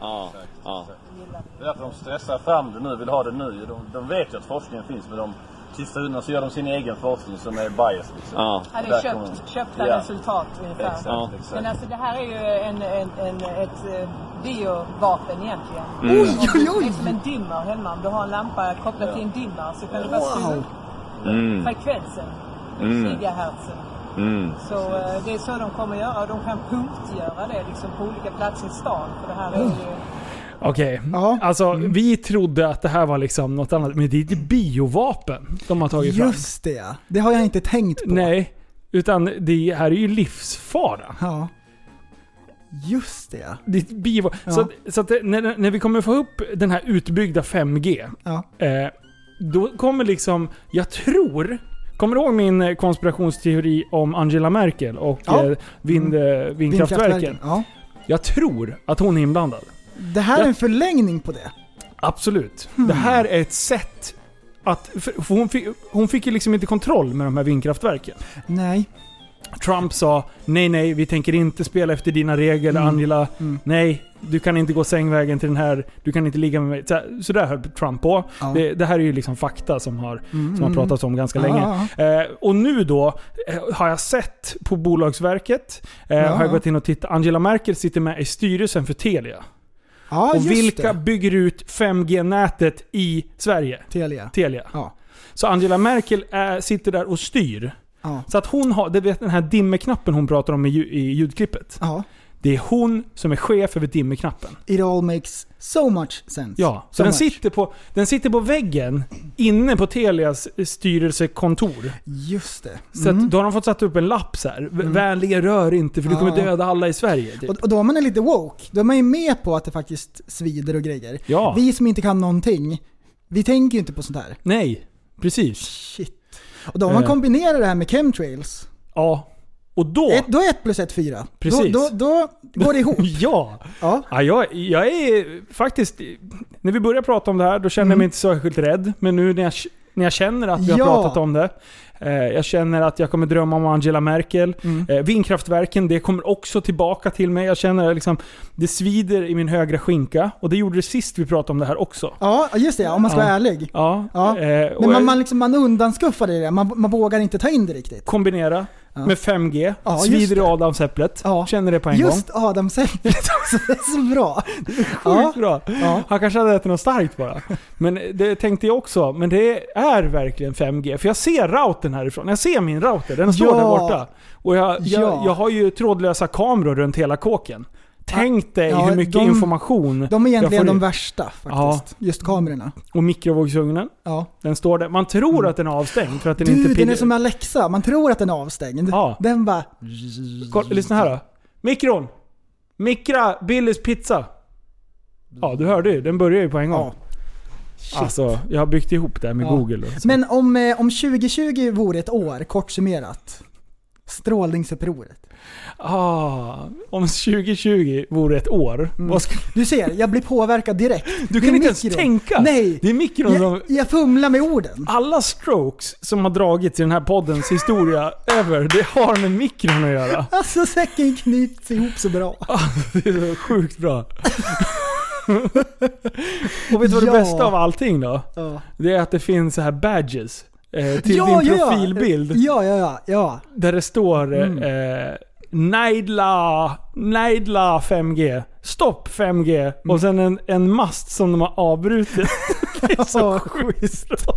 L: Ja, ja.
K: gillar.
L: Det är därför de stressar fram det nu, vill ha det nu. De, de vet ju att forskningen finns, men de, till stunden så gör de sin egen forskning som är bias. Liksom. Ja.
K: Ja, det är köpt, köpta
L: Ja.
K: resultat ungefär.
L: Exakt, Ja. exakt.
K: Men alltså det här är ju en, en, en, ett eh, biovapen egentligen.
F: Oj, oj,
K: Det är
F: oj.
K: som en dimmer hemma. Om du har en lampa kopplad till en dimmer så kan du bara skruva
F: Wow.
K: upp frekvensen, gigahertzen. Så eh, det är så de kommer göra och de kan punktgöra det liksom, på olika platser i stan. För det här är ju...
D: Okej.
F: Ja. Mm.
D: Alltså, vi trodde att det här var liksom något annat. Men det är ett biovapen de har tagit fram.
F: Just det. Det har jag inte tänkt på.
D: Mm. Nej. Utan det här är ju livsfara.
F: Ja. Just det.
D: Det är ett bivo-
F: Ja.
D: Så, att- så att det, när, när vi kommer få upp den här utbyggda 5G,
F: Ja.
D: eh, då kommer liksom, jag tror, kommer du ihåg min eh, konspirationsteori om Angela Merkel och
F: Ja. Mm.
D: eh, vind, eh, vindkraftverken?
F: Ja.
D: Jag tror att hon är inblandad.
F: Det här är en förlängning på det.
D: Absolut.
F: Hmm.
D: Det här är ett sätt att... För för hon, fick, hon fick ju liksom inte kontroll med de här vindkraftverken.
F: Nej.
D: Trump sa nej, nej, vi tänker inte spela efter dina regler
F: Mm.
D: Angela.
F: Mm.
D: Nej, du kan inte gå sängvägen till den här. Du kan inte ligga med mig. Så, här, så där höll Trump på.
F: Ja.
D: Det, det här är ju liksom fakta som har,
F: Mm,
D: som har
F: mm.
D: pratats om ganska länge.
F: Ja,
D: Eh, och nu då eh, har jag sett på Bolagsverket, eh,
F: Ja.
D: har jag gått in och tittat. Angela Merkel sitter med i styrelsen för Telia.
F: ja
D: och
F: just
D: vilka
F: det.
D: bygger ut 5G-nätet i Sverige?
F: Telia.
D: Telia.
F: Ja.
D: Så Angela Merkel är, sitter där och styr.
F: Ja.
D: Så att hon har, det vet den här dimmeknappen hon pratar om i, lju- i ljudklippet.
F: Ja.
D: Det är hon som är chef över dimmeknappen.
F: It all makes so much sense.
D: Ja, så
F: so
D: den
F: much.
D: sitter, på, den sitter på väggen inne på Telias styrelsekontor.
F: Just det.
D: Så
F: Mm.
D: att, då har de fått satt upp en lapp så här. "V- Vänligen rör inte för du kommer
F: Ja.
D: döda alla i Sverige. Typ.
F: Och, och då är man lite woke. Då är man ju med på att det faktiskt svider och grejer.
D: Ja.
F: Vi som inte kan någonting, vi tänker ju inte på sånt här.
D: Nej, precis.
F: Shit. Och då om man
D: Eh.
F: kombinerar det här med chemtrails,
D: Ja. Och då...
F: ett, då är ett plus ett fyra.
D: Precis.
F: Då, då, då går det ihop.
D: ja.
F: Ja.
D: Ja, jag, jag är faktiskt... När vi började prata om det här, då kände jag mig inte särskilt rädd. Men nu när jag, när jag känner att vi har
F: Mm. Ja.
D: pratat om det. Eh, jag känner att jag kommer drömma om Angela Merkel.
F: Mm.
D: Eh, vindkraftverken, det kommer också tillbaka till mig. Jag känner liksom, det svider i min högra skinka. Och det gjorde det sist vi pratade om det här också.
F: Ja, just det. Om man ska vara
D: Ja.
F: ärlig.
D: Ja.
F: Ja.
D: eh, och
F: Men man,
D: jag-
F: man, liksom, man undanskuffar det där. Man, man vågar inte ta in det riktigt.
D: kombinera
F: Ja.
D: med 5G.
F: Ja, just
D: svider i
F: det.
D: adamsäpplet.
F: Ja.
D: Känner det på en gång.
F: Just Adam Selfridge. det är så bra.
D: Sjukt
F: Ja.
D: bra.
F: Ja.
D: Han kanske hade ätit något starkt bara. Men det tänkte jag också. Men det är verkligen 5G. För jag ser routern härifrån. Jag ser min router. Den står
F: Ja.
D: där borta. Och jag, jag,
F: Ja.
D: jag har ju trådlösa kameror runt hela kåken. Tänk dig
F: Ja,
D: hur mycket
F: de-
D: information
F: De är
D: jag
F: egentligen
D: får
F: de
D: ut.
F: värsta faktiskt. Just kamerorna.
D: Och mikrovågsugnen.
F: Ja.
D: Den står där. Man tror att den är avstängd för att den
F: Mm. du,
D: inte
F: den
D: pillar.
F: är som Alexa. Man tror att den är avstängd.
D: Ja.
F: Den bara...
D: Kolla, lyssna här då. Mikron! Mikra Billys pizza! Ja, du hörde ju. Den börjar ju på en gång.
F: Mm. Ja. Shit.
D: Alltså, jag har byggt ihop det här med
F: Ja.
D: Google. Då, så.
F: Men om, eh, om 2020 vore ett år, kort summerat. Strålningsupproret.
D: Mm. Ah, om 2020 vore ett år, vad skulle...
F: Du ser, jag blir påverkad direkt.
D: Du
F: Mm. Det
D: kan
F: är
D: inte ens
F: mikron.
D: tänka!
F: Nej!
D: Det är mikron som...
F: Jag, jag fumlar med orden.
D: Alla strokes som har dragits i den här poddens historia över, det har med mikron att göra.
F: Alltså säcken knyts ihop så bra.
D: Det är så sjukt bra. Och vet du vad det
F: Ja.
D: bästa av allting då?
F: Ja.
D: Det är att det finns så här badges eh, till
F: Ja,
D: din
F: ja, ja.
D: profilbild.
F: Ja, Mm. ja, ja. ja.
D: Där det står eh, eh, Naidla, Naidla 5G, Stopp 5G
F: Mm.
D: och sen en, en mast som de har avbrutit. det är så sjukt bra.
F: Alltså,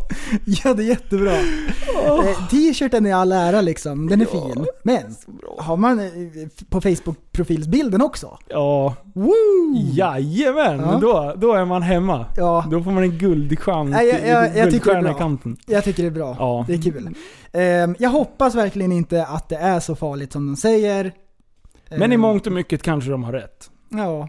F: Ja, det är jättebra. Eh, T-shirten är all ära liksom, den är fin. Men har man eh, på Facebook-profilsbilden också?
D: Ja. Jajamän,
F: Ja.
D: Då, då är man hemma.
F: Ja.
D: Då får man en guldstjärn
F: Nej, jag, jag, jag, tycker det
D: guldstjärna
F: är
D: i
F: bra.
D: kanten.
F: jag tycker det är bra.
D: Ja.
F: Det är kul. Ehm, jag hoppas verkligen inte att det är så farligt som de säger.
D: Men i
F: Ehm,
D: mångt och mycket kanske de har rätt.
F: Ja.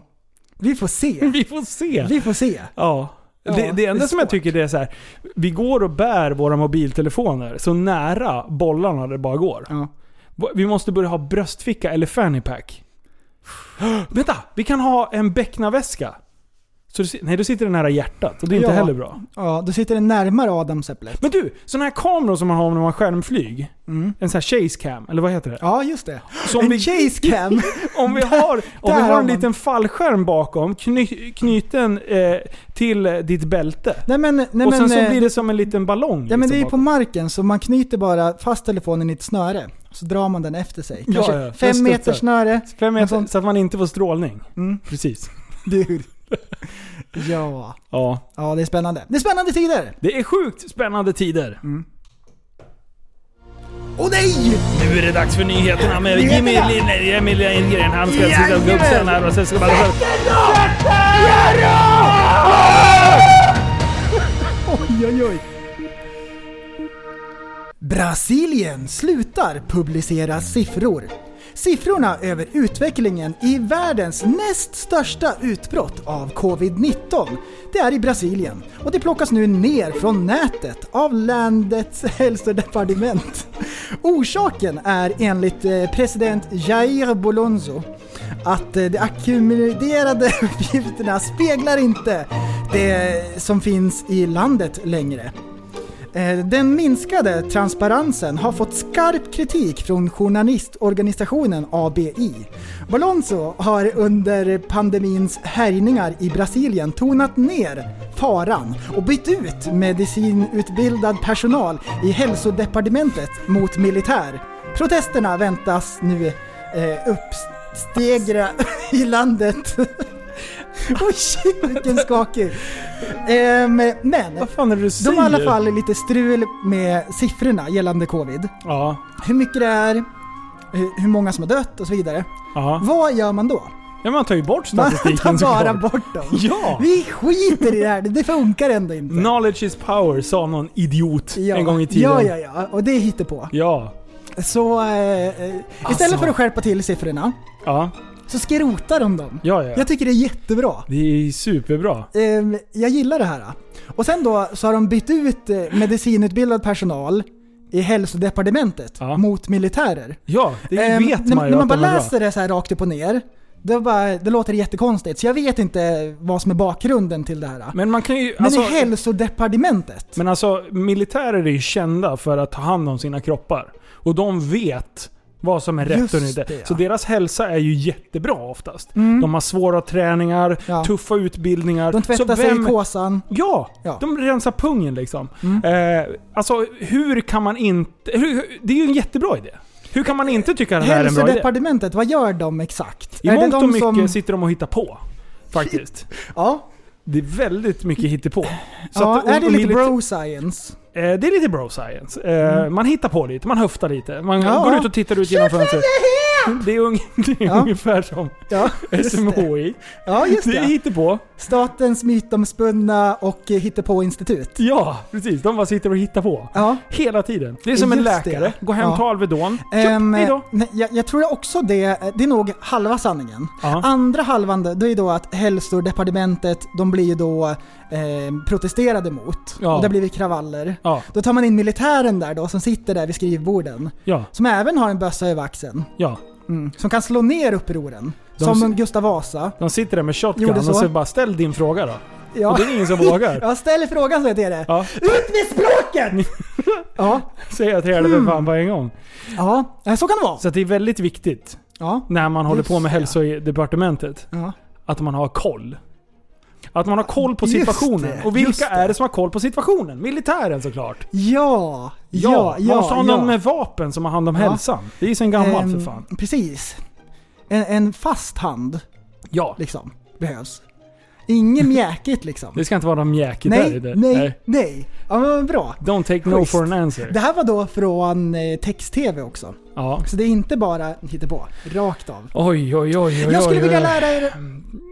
F: Vi får se.
D: Vi får se.
F: Vi får se.
D: Ja.
F: Ja,
D: det,
F: det
D: det
F: är
D: enda som jag
F: svårt.
D: tycker det är så här. vi går och bär våra mobiltelefoner så nära bollarna det bara går.
F: Ja.
D: Vi måste börja ha bröstficka eller fanny pack. Vänta! Vi kan ha en bäcknaväska. Så du, si- nej, då sitter den nära hjärtat och det är
F: Ja.
D: inte heller bra.
F: Ja, då sitter den närmare Adams äpple.
D: Men du, sådana här kameror som man har när man skärmflyg. En sån här chase cam, eller vad heter det?
F: Ja, just det.
D: Som
F: Mm. en
D: vi-
F: chase cam.
D: Om vi har, om
F: där
D: vi
F: har
D: har en
F: man-
D: liten fallskärm bakom, kny, knuten eh, till eh, ditt bälte.
F: nej men, nej men,
D: och sen
F: eh,
D: så blir det som en liten ballong. liksom,
F: Ja men det är ju på
D: bakom.
F: marken, så man knyter bara fast telefonen i ett snöre. Så drar man den efter sig.
D: Ja,
F: Kanske
D: ja. Den
F: fem meter
D: studsar.
F: snöre.
D: Fem meter,
F: något sånt.
D: så att man inte får strålning.
F: Mm.
D: Precis.
F: Du. Ja.
D: Ja.
F: ja, det är spännande. Det är spännande tider!
D: Det är sjukt spännande tider.
F: Mm. Åh nej!
D: Nu är det dags för nyheterna med
F: Nyheterna!
D: Jimmy Lill- Jimmy Lindgren. Han ska sitta och gubba sen här och sen ska man...
F: Oj, oj, oj. Brasilien slutar publicera siffror. Siffrorna över utvecklingen i världens näst största utbrott av covid-19, det är i Brasilien och det plockas nu ner från nätet av landets hälsodepartement. Orsaken är enligt eh, president Jair Bolonzo att eh, de ackumulerade uppgifterna speglar inte det som finns i landet längre. Eh, Den minskade transparensen har fått skarp kritik från journalistorganisationen ABI. Balonso har under pandemins härjningar i Brasilien tonat ner faran och bytt ut medicinutbildad personal i hälsodepartementet mot militär. Protesterna väntas nu eh, uppstegra i landet. Oj, shit vilken skakig. Ehm, men...
D: Vad fan är det du säger?
F: De har i alla fall lite strul med siffrorna gällande covid.
D: Ja.
F: Hur mycket det är, eh, hur- hur många som har dött och så vidare.
D: Ja.
F: Vad gör man då?
D: ja, man tar ju bort
F: Man
D: statistiken
F: tar bara
D: såklart.
F: bort dem.
D: Ja!
F: Vi skiter i det här, det funkar ändå inte.
D: Knowledge is power, sa någon idiot
F: Ja.
D: en gång i tiden.
F: Ja, ja, ja. Och det hittar på.
D: Ja.
F: Så eh, eh, istället
D: Alltså.
F: för att skärpa till siffrorna
D: Ja.
F: så skrotar de dem.
D: Ja, ja.
F: Jag tycker det är jättebra.
D: Det är superbra.
F: Ehm, jag gillar det här. Och sen då så har de bytt ut eh, medicinutbildad personal i hälsodepartementet
D: Ja.
F: mot militärer.
D: Ja, det
F: Ehm,
D: vet
F: när,
D: man ju
F: När
D: att
F: man bara
D: de är bra.
F: läser det så här rakt upp och ner, det, bara, det låter jättekonstigt. Så jag vet inte vad som är bakgrunden till det här. Men,
D: Men man kan ju... Alltså,
F: i hälsodepartementet?
D: men alltså, militärer är ju kända för att ta hand om sina kroppar. Och de vet vad som är rätt
F: Just
D: och inte.
F: det, ja. Mm.
D: Så deras hälsa är ju jättebra oftast. De har svåra träningar,
F: Ja.
D: tuffa utbildningar.
F: de tvättar
D: så
F: sig
D: vem,
F: i kåsan.
D: Ja,
F: Ja. Mm.
D: de rensar pungen liksom. Eh, alltså hur kan man inte... Hur, hur, det är ju en jättebra idé. Hur kan man inte tycka att det här är en bra idé?
F: Hälsodepartementet, vad gör de exakt?
D: I
F: är det
D: mångt och
F: de
D: mycket
F: som...
D: sitter de och hittar på. Faktiskt.
F: Ja,
D: Det är väldigt mycket hittepå. Så
F: ja
D: att- och-
F: är det
D: och
F: lite
D: milita-
F: bro science?
D: Eh, det är lite bro science. Eh, Man hittar på lite, man höftar lite. Man
F: Ja.
D: går ut och tittar ut genom fönstret. Det är, un- det är
F: Ja.
D: ungefär som
F: Ja, just det.
D: SMHI.
F: Ja, just
D: Det är
F: det.
D: hittepå.
F: Statens mytomspunna och eh, hittepåinstitut.
D: Ja, precis. De bara sitter och hittar på.
F: Ja.
D: Hela tiden. Det är som en
F: Just det.
D: läkare. Gå hem,
F: Ja.
D: ta Alvedon.
F: Ehm,
D: Tjopp, hejdå.
F: nej, jag, jag tror också det, det är nog halva sanningen.
D: Ja.
F: Andra halvan då, det är då att hälsodepartementet, de blir ju då eh, protesterade mot.
D: Ja.
F: Och det har blivit kravaller.
D: Ja.
F: Då tar man in militären där då, som sitter där vid skrivborden.
D: Ja.
F: Som även har en bössa över axeln.
D: Ja.
F: Mm. Som kan slå ner upproren.
D: De
F: som
D: s-
F: Gustav Vasa.
D: De sitter där med shotgun
F: Gjorde
D: och
F: så.
D: så bara ställ din fråga då. Och det är ingen som vågar.
F: Jag ställer frågan så heter det.
D: Ja.
F: Ut med språket! ja.
D: Säg att det är det
F: Mm.
D: för fan på en gång.
F: Ja, så kan det vara.
D: Så att det är väldigt viktigt
F: ja.
D: när man håller
F: Just
D: på med
F: det.
D: hälsodepartementet.
F: Ja.
D: Att man har koll. Att man har koll på
F: Just
D: situationen.
F: det,
D: och vilka
F: just
D: är det som har koll på situationen? Militären såklart.
F: Ja, ja,
D: Ja,
F: ja.
D: man måste ha
F: ja.
D: någon med vapen som har hand om
F: Ja.
D: hälsan. Det är ju sen gammalt
F: Ehm,
D: för fan.
F: Precis. En, en fast hand
D: Ja.
F: liksom, behövs. Ingen mjäkigt liksom.
D: Det ska inte vara någon mjäkigt där i
F: nej,
D: det.
F: nej, nej. Ja men vad bra.
D: Don't take no
F: Schysst.
D: for an answer.
F: Det här var då från eh, text-tv också.
D: Ja.
F: Så det är inte bara på. rakt av.
D: Oj, oj, oj, oj, oj,
F: Jag skulle
D: oj,
F: vilja
D: oj.
F: lära er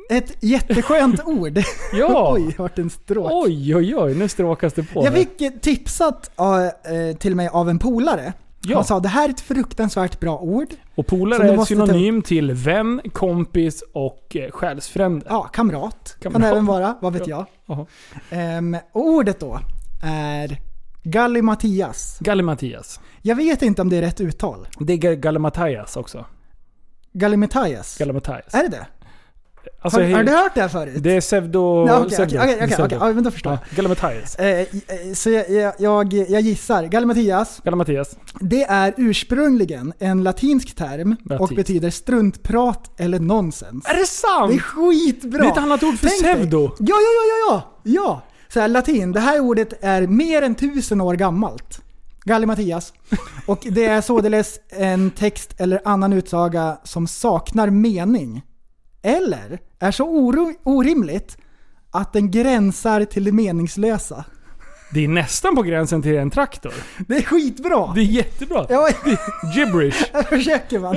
F: ett jätteskönt ord.
D: Ja.
F: Oj, vart en stråk.
D: Oj, oj, oj. Nu stråkas det på.
F: Jag
D: det.
F: fick eh, tipsat eh, eh, till mig av en polare.
D: Ja.
F: Han sa det här är ett fruktansvärt bra ord.
D: Och
F: alltså, Så
D: polare
F: du
D: är
F: måste ta-
D: synonym till vän, kompis och eh, själsfrände.
F: Ja, kamrat. Kan
D: Kamrat.
F: även vara, vad vet jag.
D: Jaha.
F: Ehm, och ordet då är Gallimatias.
D: Gallimatias.
F: Jag vet inte om det är rätt uttal.
D: Det är Ga- Gallimatias också.
F: Gallimatias.
D: Gallimatias.
F: Är det det?
D: Alltså,
F: har,
D: he-
F: har du hört det här förut?
D: Det är pseudo...
F: Nej, okej,
D: pseudo-
F: okej, okej, okej,
D: pseudo.
F: okej, ja, men då förstår jag.
D: Ja, Gallimatias.
F: Eh, eh, så jag, jag- jag, jag gissar. Gallimatias,
D: Gallimatias.
F: det är ursprungligen en latinsk term och
D: Latin.
F: betyder struntprat eller nonsens.
D: Är det sant?
F: Det är skitbra!
D: Det är ett annat ord för
F: Tänk dig.
D: pseudo.
F: Ja, ja, ja, ja, ja! ja. Så här, latin, det här ordet är mer än tusen år gammalt. Gallimatias. Och det är således en text eller annan utsaga som saknar mening. Eller är så oro- orimligt att den gränsar till det meningslösa.
D: Det är nästan på gränsen till en traktor.
F: Det är skitbra!
D: Det är jättebra.
F: Ja,
D: Gibberish.
F: jag försöker man.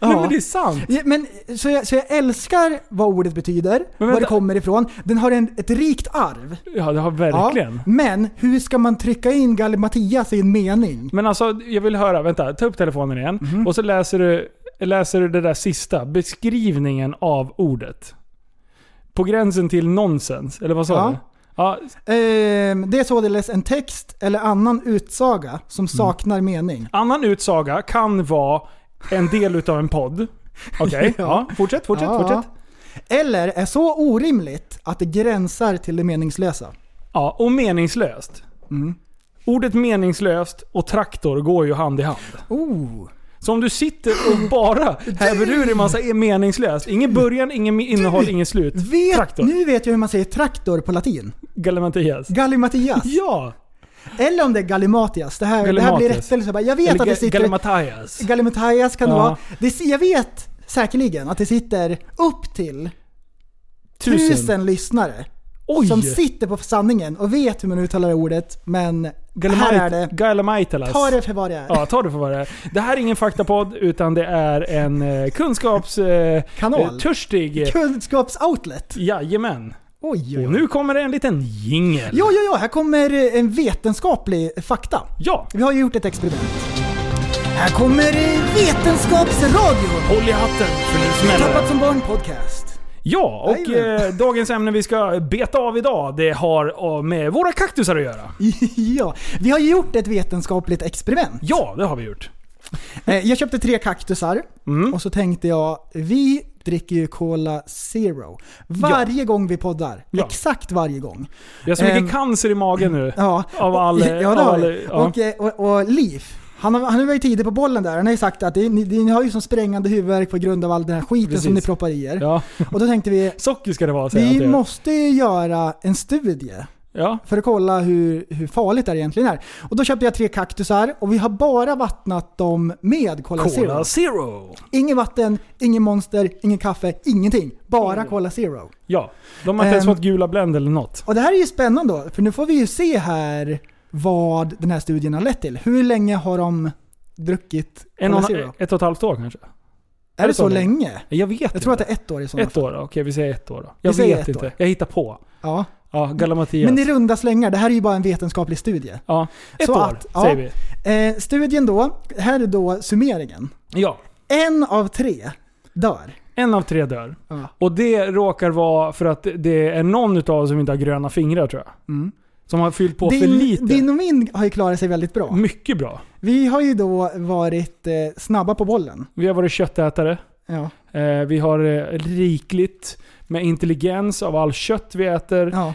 D: Nej men det är sant.
F: Ja, Men, så, jag, så jag älskar vad ordet betyder,
D: vänta.
F: var det kommer ifrån. Den har en, ett rikt arv.
D: Ja, det har verkligen.
F: Ja, men hur ska man trycka in Gallimatias i en mening?
D: Men alltså, jag vill höra. Vänta, ta upp telefonen igen. Och så läser du, läser du det där sista. Beskrivningen av ordet. På gränsen till nonsens, eller vad sa
F: Ja.
D: du? Ja,
F: Ehm, det är således en text eller annan utsaga
D: Mm.
F: som saknar mening.
D: annan utsaga kan vara en del utav en podd. Okej, ja. Fortsätt, fortsätt,
F: Ja.
D: fortsätt.
F: Eller är så orimligt att det gränsar till det meningslösa.
D: Ja, och meningslöst. Ordet meningslöst och traktor går ju hand i hand.
F: Oh.
D: Så om du sitter och bara häver ur dig massa meningslöst. Ingen början, ingen innehåll, ingen slut.
F: Vet,
D: Traktor.
F: Nu vet jag hur man säger traktor på latin.
D: Gallimatias.
F: Gallimatias.
D: Ja!
F: Eller om det är Gallimatias. Det här, det här blir
D: Gallimatias.
F: rättelse. Jag vet
D: Eller
F: att det
D: ga-
F: sitter...
D: Gallimatias.
F: Gallimatias kan det
D: Ja.
F: vara. Det, jag vet säkerligen att det sitter upp till
D: Tusen.
F: tusen lyssnare.
D: Oj!
F: Som sitter på sanningen och vet hur man uttalar ordet, men
D: Gallimait-
F: här är det.
D: Gallimatias.
F: Ta det för vad det är.
D: Ja, ta det för vad det är. Det här är ingen faktapodd, utan det är en eh, kunskaps... Eh,
F: Kanal.
D: eh, törstig... Eh,
F: Kunskapsoutlet.
D: jajamän.
F: Oj, oj,
D: Och
F: oj.
D: nu kommer det en liten jingel.
F: Jo, jo, jo, här kommer en vetenskaplig fakta.
D: Ja!
F: Vi har ju gjort ett experiment. Här kommer Vetenskapsradion.
D: Håll i hatten, för nu smäller det.
F: Tappat som barn podcast.
D: Ja, och
F: Jajamän.
D: eh, dagens ämne vi ska beta av idag, det har eh, med våra kaktusar att göra.
F: ja, vi har ju gjort ett vetenskapligt experiment.
D: Ja, det har vi gjort.
F: Eh, Jag köpte tre kaktusar
D: Mm.
F: och så tänkte jag, vi dricker ju Cola Zero. Varje gång vi poddar.
D: Ja.
F: Exakt varje gång.
D: Jag har så mycket
F: Ehm,
D: cancer i magen nu.
F: Ja,
D: Av
F: och-
D: all-
F: ja,
D: av
F: det har
D: all-
F: vi.
D: ja.
F: Och, eh, och, och Liv, han, har, han var ju tidig på bollen där. Han har ju sagt att det, ni, ni har ju som sprängande huvudvärk på grund av all den här skiten
D: Precis.
F: som ni proppar i er.
D: Ja.
F: Och då tänkte vi,
D: Socker ska det vara, säger jag till
F: vi
D: er.
F: måste ju göra en studie
D: Ja.
F: för att kolla hur, hur farligt det här egentligen är. Och då köpte jag tre kaktusar och vi har bara vattnat dem med Cola, Zero.
D: Cola Zero.
F: Inget vatten, inget monster, inget kaffe, ingenting. Bara
D: Mm.
F: Cola Zero.
D: Ja, de har inte ens
F: Ehm.
D: fått gula Blend eller något.
F: Och det här är ju spännande då, för nu får vi ju se här vad den här studien har lett till. Hur länge har de druckit
D: En
F: Cola
D: och,
F: Zero?
D: ett och ett halvt år kanske?
F: Är det så länge?
D: Jag vet
F: Jag tror att
D: inte.
F: det är ett år i sådana
D: Ett år då? Okej, vi säger ett år då. Jag
F: Vi säger
D: vet
F: ett
D: inte.
F: år.
D: Jag hittar på.
F: Ja.
D: Ja, Gallimatias.
F: Men i runda slängar, det här är ju bara en vetenskaplig studie.
D: Ja, ett
F: Så
D: år
F: att, ja.
D: säger vi.
F: Eh, studien då, här är då summeringen.
D: Ja.
F: En av tre dör.
D: En av tre dör.
F: Ja.
D: Och det råkar vara för att det är någon utav oss som inte har gröna fingrar tror jag. Som har fyllt på för
F: Mm. Din,
D: lite. Mm.
F: din och min har ju klarat sig väldigt bra.
D: Mycket bra.
F: Vi har ju då varit eh, snabba på bollen.
D: Vi har varit köttätare.
F: Ja.
D: Eh, vi har eh, rikligt med intelligens av all kött vi äter. Eh,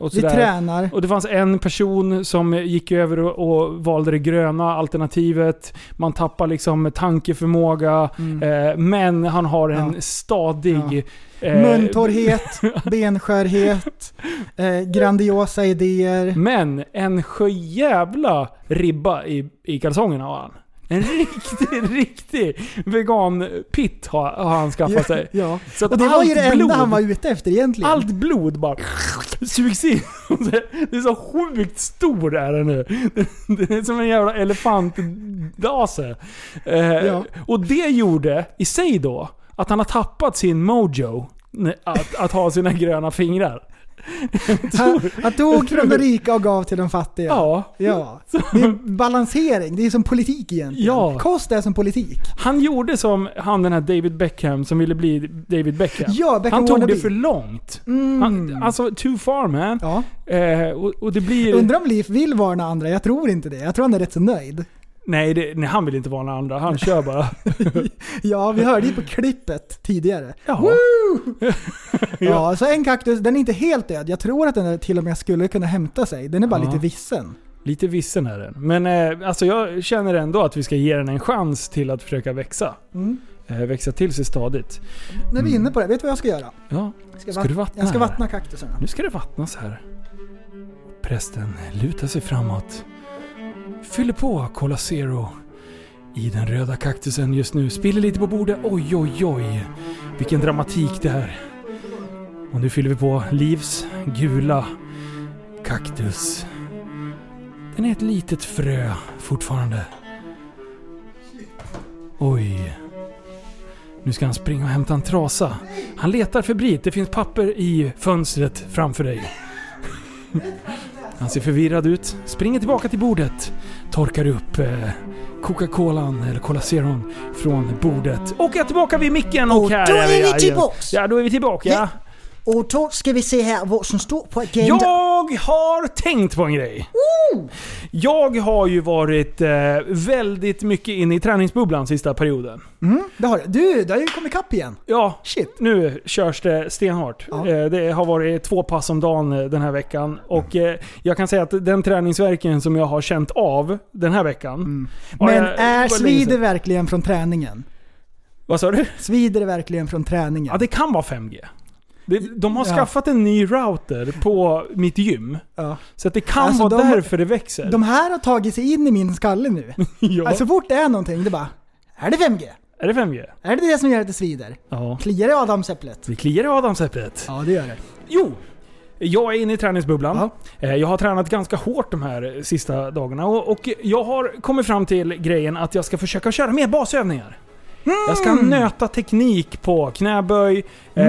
D: och
F: Vi
D: sådär.
F: tränar.
D: Och det fanns en person som gick över och, och valde det gröna alternativet. Man tappar liksom tankeförmåga.
F: Mm.
D: Eh, men han har en stadig... eh,
F: Muntorrhet, benskörhet, eh, grandiosa idéer.
D: Men en sjöjävla ribba i, i kalsongerna har han. En riktig, riktig vegan-pitt har, har han skaffat sig.
F: Ja.
D: Så att
F: och det var ju
D: allt
F: det enda
D: blod-
F: han var ute efter egentligen.
D: Allt blod bara sugs in. Det är så sjukt stor är den nu. Den är som en jävla elefantdase. Eh, Och det gjorde i sig då att han har tappat sin mojo. Att, att ha sina gröna fingrar.
F: Han, han tog från de rika och gav till de fattiga.
D: Ja.
F: ja. Det är balansering, det är som politik egentligen.
D: Ja.
F: Kost är som politik.
D: Han gjorde som han den här David Beckham som ville bli David Beckham.
F: Ja, Beckham
D: han tog
F: wannabe. Mm.
D: det för långt. Han, alltså, too far man. Eh, och, och det blir...
F: Undrar om Leif vill varna andra, jag tror inte det. Jag tror han är rätt så nöjd.
D: Nej, det, nej, han vill inte vara den andra. Han kör bara.
F: Ja, vi hörde ju
D: Eh.
F: på klippet tidigare.
D: Ja.
F: Woo! ja, så en kaktus, den är inte helt död. Jag tror att den är- till och med skulle kunna hämta sig. Den är bara
D: Ja.
F: lite vissen.
D: Lite vissen är den. Men eh, alltså jag känner ändå att vi ska ge den en chans till att försöka växa.
F: Mm.
D: Eh, växa till sig stadigt.
F: När vi är inne på det, vet du vad jag ska göra?
D: Ja,
F: Jag
D: ska,
F: vatt-
D: du vattna
F: Jag ska
D: här?
F: vattna kaktusarna.
D: Nu ska det vattnas här. Prästen lutar sig framåt. Fyller på Cola Zero i den röda kaktusen just nu. Spiller lite på bordet. Oj, oj, oj. Vilken dramatik det här. Och nu fyller vi på Livs gula kaktus. Den är ett litet frö fortfarande. Oj. Nu ska han springa och hämta en trasa. Han letar febrilt. Det finns papper i fönstret framför dig. Han ser förvirrad ut. Springer tillbaka till bordet. Torkar upp eh, Coca-Colan, eller Cola Zeron, från bordet. Och är tillbaka vid micken och, här
M: då är vi
D: igen.
M: tillbaks.
D: Ja, då är vi tillbaka.
M: Ja. Och då ska vi se här vad som står på agendan.
D: Jag har tänkt på en grej.
F: Oh!
D: Jag har ju varit eh, väldigt mycket inne i träningsbubblan sista perioden.
F: Mm, det har du. Du, du har ju kommit kapp igen.
D: Ja, nu körs det stenhårt. Eh, Det har varit två pass om dagen eh, den här veckan. Och eh, jag kan säga att den träningsverken som jag har känt av den här veckan. har
F: Mm. Men
D: jag-
F: är
D: var länge
F: svider
D: sedan.
F: verkligen från träningen?
D: Vad sa du?
F: Svider det verkligen från träningen? Ja,
D: det kan vara 5G. Det, de har
F: Ja.
D: skaffat en ny router på mitt gym. Så att det kan
F: Alltså,
D: vara
F: de-
D: därför det växer.
F: De här har tagit sig in i min skalle nu.
D: Ja.
F: Alltså så fort det är någonting, det bara Är det 5G?
D: Är det 5G?
F: Är det det som gör att det svider?
D: Ja.
F: Kliar det i adamsäpplet?
D: Det kliar i adamsäpplet.
F: Ja, det gör det.
D: Jo! Jag är inne i träningsbubblan. Eh, Jag har tränat ganska hårt de här eh, sista dagarna. Och och jag har kommit fram till grejen att jag ska försöka köra mer basövningar. Jag ska nöta teknik på knäböj eh,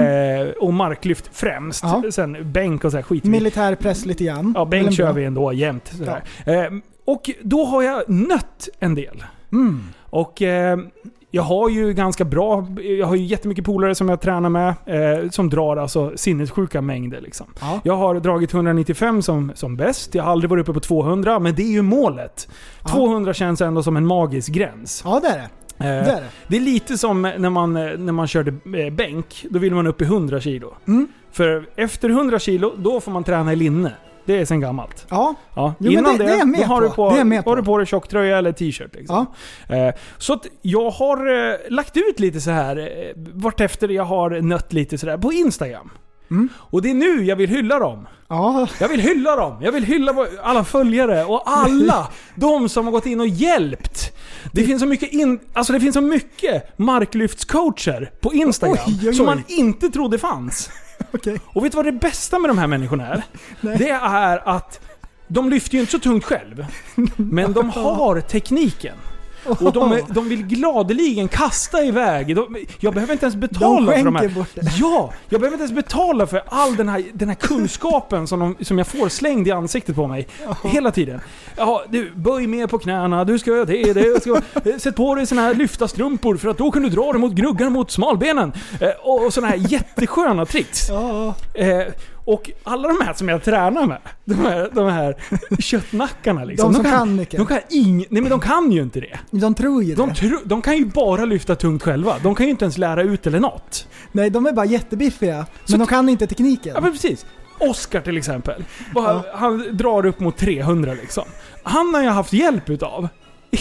D: och marklyft främst. Sen bänk och så här skit.
F: Militär press lite grann.
D: Ja,
F: Väl
D: bänk
F: en
D: kör
F: bra-
D: vi ändå jämt. sådär. Eh, och då har jag nött en del.
F: Mm.
D: Och eh, jag har ju ganska bra, jag har ju jättemycket polare som jag tränar med eh, som drar alltså sinnessjuka mängder. Liksom. Jag har dragit 195 som, som bäst, jag har aldrig varit uppe på 200, men det är ju målet. 200 känns ändå som en magisk gräns.
F: Ja, det är det.
D: Eh,
F: Det är det.
D: det är lite som när man, eh, när man körde eh, bänk, då ville man upp i 100 kilo.
F: Mm.
D: För efter 100 kilo, då får man träna i linne. Det är sen gammalt.
F: Ja. Jo, men
D: Innan det,
F: det- det är jag med
D: då har
F: på.
D: du på,
F: Det är jag med
D: har du på dig tjocktröja eller t-shirt. Liksom. Eh, Så att jag har eh, lagt ut lite så här eh, vartefter jag har nött lite sådär på Instagram.
F: Mm.
D: Och det är nu jag vill hylla dem. Jag vill hylla dem. Jag vill hylla vår- alla följare och alla de som har gått in och hjälpt. Det finns så mycket, in, alltså det finns så mycket marklyftscoacher på Instagram
F: Oj, oj, oj.
D: som man inte trodde fanns. Och vet du vad det bästa med de här människorna är? Det är att de lyfter ju inte så tungt själv. Men de har tekniken. Och de, är- de vill gladeligen kasta iväg. De, jag behöver inte ens betala för de här.
F: skänker bort
D: Ja, jag behöver inte ens betala för all den här, den här kunskapen som, de, som jag får slängd i ansiktet på mig. Hela tiden. Ja, du, böj mer på knäna, du ska göra det, det ska, eh, sätt på dig såna här lyftastrumpor för att då kan du dra dig mot gnuggan mot smalbenen. Eh, och, och såna här jättesköna tricks. Eh, Och alla de här som jag tränar med, de här, de här köttnackarna liksom.
F: De som kan mycket.
D: De kan, ing, nej men de kan ju inte det.
F: De tror ju
D: de det. Tro, de kan ju bara lyfta tungt själva. De kan ju inte ens lära ut eller något.
F: Nej, de är bara jättebiffiga. Men de kan inte tekniken.
D: Ja men precis. Oscar till exempel. Bara, Han drar upp mot 300 liksom. Han har jag haft hjälp utav.